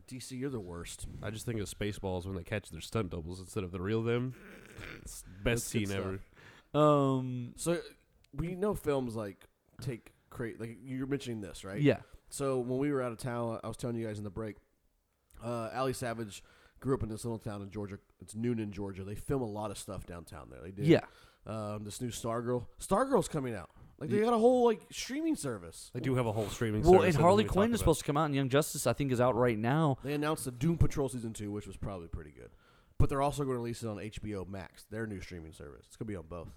[SPEAKER 1] DC, you're the worst.
[SPEAKER 3] I just think of Spaceballs when they catch their stunt doubles instead of the real them. It's best
[SPEAKER 1] good
[SPEAKER 3] scene
[SPEAKER 1] stuff.
[SPEAKER 3] ever.
[SPEAKER 2] Um,
[SPEAKER 1] So we know films like take create like you're mentioning this, right?
[SPEAKER 2] yeah.
[SPEAKER 1] So when we were out of town, I was telling you guys in the break, uh, Ali Savage grew up in this little town in Georgia. It's Noonan, Georgia. They film a lot of stuff downtown there. They did.
[SPEAKER 2] Yeah.
[SPEAKER 1] Um, this new Stargirl. Stargirl's coming out. Like they got a whole like streaming service.
[SPEAKER 3] They do have a whole streaming.
[SPEAKER 2] Well,
[SPEAKER 3] service
[SPEAKER 2] and
[SPEAKER 3] that
[SPEAKER 2] Harley
[SPEAKER 3] we
[SPEAKER 2] Quinn
[SPEAKER 3] talked
[SPEAKER 2] is
[SPEAKER 3] about.
[SPEAKER 2] supposed to come out, and Young Justice, I think, is out right now.
[SPEAKER 1] They announced the Doom Patrol season two, which was probably pretty good. But they're also going to release it on HBO Max, their new streaming service. It's going to be on both.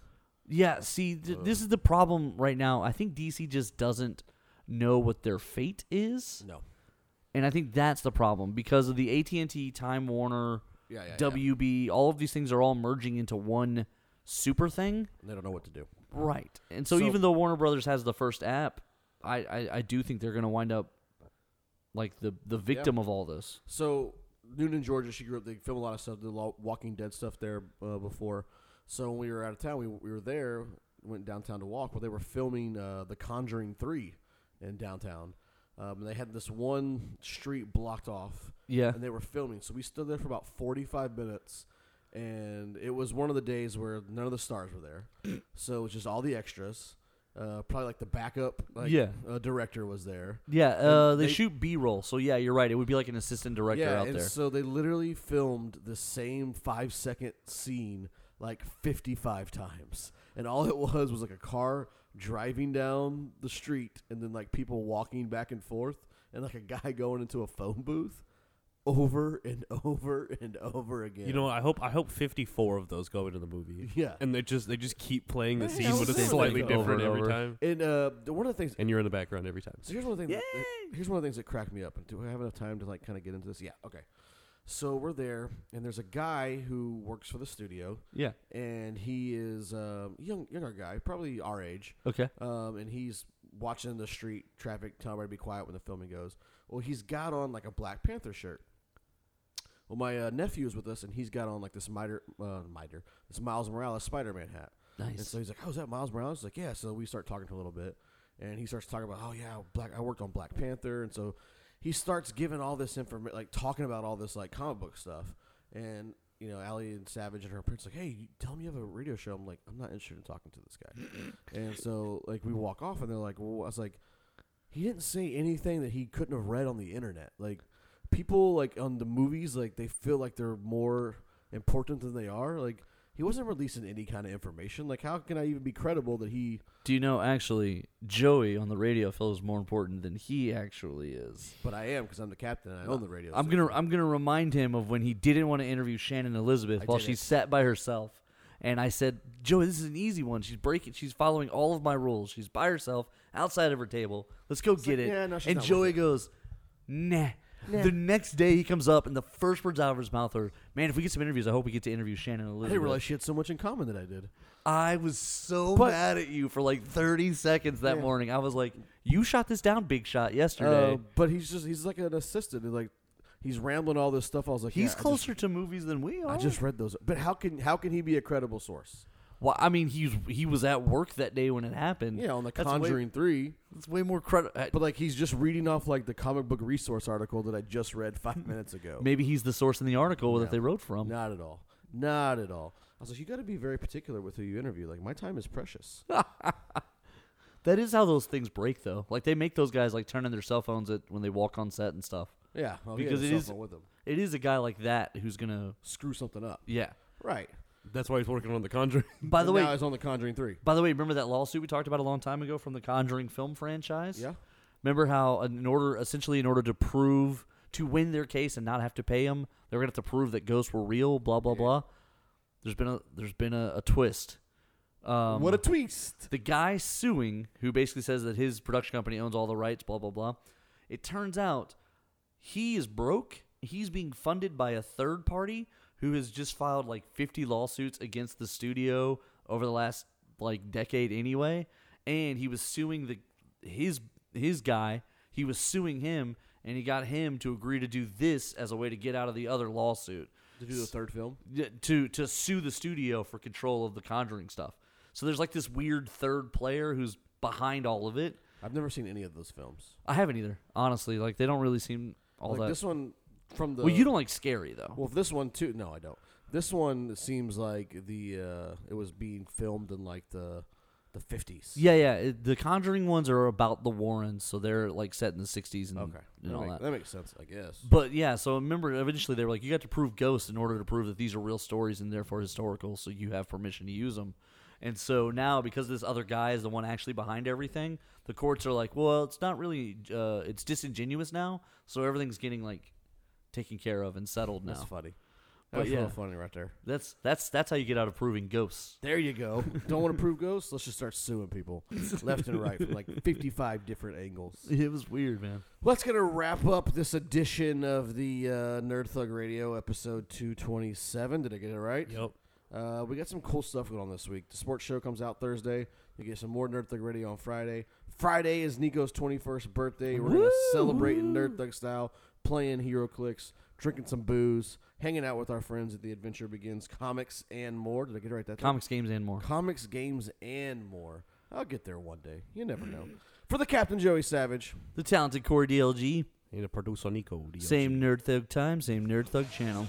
[SPEAKER 2] Yeah, see, th- this is the problem right now. I think DC just doesn't know what their fate is,
[SPEAKER 1] No.
[SPEAKER 2] and I think that's the problem because of the AT and T, Time Warner,
[SPEAKER 1] Yeah, yeah, yeah.
[SPEAKER 2] WB. All of these things are all merging into one super thing,
[SPEAKER 1] They don't know what to do.
[SPEAKER 2] right? And so,
[SPEAKER 1] So-
[SPEAKER 2] even though Warner Brothers has the first app, I I, I do think they're going to wind up like the the victim of all this.
[SPEAKER 1] So Noonan, Georgia, she grew up. They film a lot of stuff, the Lo- Walking Dead stuff there uh, before. So when we were out of town, we, we were there, went downtown to walk. Well, they were filming uh, The Conjuring Three in downtown. Um, and they had this one street blocked off.
[SPEAKER 2] Yeah.
[SPEAKER 1] and they were filming. So we stood there for about forty five minutes. And it was one of the days where none of the stars were there, so it was just all the extras. Uh, probably like the backup, like,
[SPEAKER 2] Yeah.
[SPEAKER 1] uh, director was there.
[SPEAKER 2] Yeah, uh, they,
[SPEAKER 1] they-
[SPEAKER 2] shoot B roll, so yeah, you're right. It would be like an assistant director
[SPEAKER 1] yeah,
[SPEAKER 2] out
[SPEAKER 1] and
[SPEAKER 2] there.
[SPEAKER 1] so they literally filmed the same five second scene like 55 times. And all it was was like a car driving down the street and then like people walking back and forth and like a guy going into a phone booth over and over and over again.
[SPEAKER 3] You know, I hope I hope fifty four of those go into the movie.
[SPEAKER 1] Yeah.
[SPEAKER 3] and they just they just keep playing the
[SPEAKER 1] Yeah,
[SPEAKER 3] scene, but
[SPEAKER 1] it's the
[SPEAKER 3] it's
[SPEAKER 1] same
[SPEAKER 3] slightly
[SPEAKER 1] thing
[SPEAKER 2] over
[SPEAKER 3] different
[SPEAKER 2] and
[SPEAKER 3] every
[SPEAKER 2] over.
[SPEAKER 3] time,
[SPEAKER 1] and uh, the- one of the things
[SPEAKER 3] and you're in the background every time.
[SPEAKER 1] So here's one of the things. That, here's one of the things that cracked me up. And do I have enough time to like kind of get into this? Yeah. Okay. So we're there, and there's a guy who works for the studio.
[SPEAKER 2] Yeah.
[SPEAKER 1] And he is um, young, younger guy, probably our age.
[SPEAKER 2] okay.
[SPEAKER 1] Um, and he's watching the street traffic, telling everybody to be quiet when the filming goes. Well, he's got on like a Black Panther shirt. Well, my uh, nephew is with us, and he's got on like this miter, uh, miter, this Miles Morales Spider Man hat.
[SPEAKER 2] Nice.
[SPEAKER 1] And so he's like, "Oh, is that Miles Morales?" He's like, "Yeah." So we start talking to him a little bit, and he starts talking about, "Oh yeah, Black. I worked on Black Panther," and so he starts giving all this information, like talking about all this like comic book stuff, and you know, Allie and Savage and her parents like, "Hey, you tell me you have a radio show." I'm like, "I'm not interested in talking to this guy," and so like we walk off, and they're like, "Well," I was like, "He didn't say anything that he couldn't have read on the internet." Like people like on the movies, like they feel like they're more important than they are, like. He wasn't releasing any kind of information. Like, how can I even be credible that he?
[SPEAKER 2] Do you know actually Joey on the radio feels more important than he actually is?
[SPEAKER 1] But I am because I'm the captain. and I own the radio.
[SPEAKER 2] I'm
[SPEAKER 1] station.
[SPEAKER 2] gonna I'm gonna remind him of when he didn't want to interview Shannon Elizabeth while she sat by herself, and I said, Joey, this is an easy one. She's breaking. She's following all of my rules. She's by herself outside of her table. Let's go get
[SPEAKER 1] like,
[SPEAKER 2] it.
[SPEAKER 1] "Yeah, no, she's
[SPEAKER 2] and
[SPEAKER 1] not with
[SPEAKER 2] Joey
[SPEAKER 1] it."
[SPEAKER 2] goes, Nah. The next day he comes up and the first words out of his mouth are, "Man, if we get some interviews, I hope we get to interview Shannon
[SPEAKER 1] I
[SPEAKER 2] Elizabeth."
[SPEAKER 1] didn't realize she had so much in common that I did.
[SPEAKER 2] I was so mad at you for like 30 seconds that morning. I was like, "You shot this down, big shot, yesterday."
[SPEAKER 1] Uh, but he's just—he's like an assistant. And like, he's rambling all this stuff. I was like,
[SPEAKER 2] He's
[SPEAKER 1] yeah,
[SPEAKER 2] closer to movies than we are.
[SPEAKER 1] I just, I just read those. But how can how can he be a credible source?
[SPEAKER 2] well, I mean, he's he was at work that day when it happened.
[SPEAKER 1] Yeah, on the
[SPEAKER 2] That's way-
[SPEAKER 1] Conjuring Three.
[SPEAKER 2] That's way more uh, credit.
[SPEAKER 1] But like, he's just reading off like the comic book resource article that I just read five minutes ago.
[SPEAKER 2] Maybe he's the source in the article that they wrote from.
[SPEAKER 1] Not at all. Not at all. I was like, you got to be very particular with who you interview. Like, my time is precious.
[SPEAKER 2] That is how those things break, though. Like they make those guys like turn in their cell phones at, when they walk on set and stuff.
[SPEAKER 1] yeah, well, he had
[SPEAKER 2] Because
[SPEAKER 1] his
[SPEAKER 2] it
[SPEAKER 1] cell
[SPEAKER 2] is-
[SPEAKER 1] phone with him.
[SPEAKER 2] It is a guy like that who's gonna.
[SPEAKER 1] Screw something up.
[SPEAKER 2] Yeah.
[SPEAKER 1] Right.
[SPEAKER 3] That's why he's working on the Conjuring.
[SPEAKER 2] By the
[SPEAKER 1] And
[SPEAKER 2] way,
[SPEAKER 1] now it's on the Conjuring Three.
[SPEAKER 2] By the way, remember that lawsuit we talked about a long time ago from the Conjuring film franchise?
[SPEAKER 1] Yeah.
[SPEAKER 2] Remember how in order essentially in order to prove to win their case and not have to pay them. They're gonna have to prove that ghosts were real. Blah blah blah. There's been a there's been a, a twist. Um,
[SPEAKER 6] what a twist.
[SPEAKER 2] the guy suing, who basically says that his production company owns all the rights, blah blah blah. It turns out he is broke. He's being funded by a third party who has just filed like 50 lawsuits against the studio over the last like decade anyway, and he was suing the his his guy. He was suing him, and he got him to agree to do this as a way to get out of the other lawsuit
[SPEAKER 1] To do the third film.
[SPEAKER 2] yeah, to to sue the studio for control of the Conjuring stuff. So there's like this weird third player who's behind all of it.
[SPEAKER 1] I've never seen any of those films.
[SPEAKER 2] I haven't either, honestly. Like they don't really seem all
[SPEAKER 1] like
[SPEAKER 2] that.
[SPEAKER 1] this one from the
[SPEAKER 2] well, you don't like scary though.
[SPEAKER 1] Well, if this one too. No, I don't. This one seems like the uh, it was being filmed in like the the fifties.
[SPEAKER 2] yeah, yeah. it- the Conjuring ones are about the Warrens, so they're like set in the '60s and,
[SPEAKER 1] Okay.
[SPEAKER 2] and all
[SPEAKER 1] make-
[SPEAKER 2] that.
[SPEAKER 1] that makes sense, I guess.
[SPEAKER 2] But yeah, so remember, eventually they were like, you got to prove ghosts in order to prove that these are real stories and therefore historical, so you have permission to use them. And so now, because this other guy is the one actually behind everything, the courts are like, well, it's not really, uh, it's disingenuous now, so everything's getting like taken care of and settled now.
[SPEAKER 1] That's funny.
[SPEAKER 2] But
[SPEAKER 1] That was a
[SPEAKER 2] yeah.
[SPEAKER 1] little funny right there.
[SPEAKER 2] That's that's that's how you get out of proving ghosts.
[SPEAKER 1] There you go. Don't want to prove ghosts? Let's just start suing people left and right from like 55 different angles.
[SPEAKER 2] It was weird, man.
[SPEAKER 1] Well, that's going to wrap up this edition of the uh, Nerd Thug Radio episode 227. Did I get it right?
[SPEAKER 3] Yep.
[SPEAKER 1] Uh, we got some cool stuff going on this week. The sports show comes out Thursday. You get some more Nerd Thug Radio on Friday. Friday is Nico's 21st birthday. We're going to celebrate in Nerd Thug style, playing Hero Clicks, drinking some booze, hanging out with our friends at The Adventure Begins Comics and more. Did I get it right that time?
[SPEAKER 2] Comics, games, and more.
[SPEAKER 1] Comics, games, and more. I'll get there one day. You never know. For the Captain Joey Savage,
[SPEAKER 2] The talented Corey DLG,
[SPEAKER 3] And a producer Nico. DLC.
[SPEAKER 2] same nerd thug time, same nerd thug channel.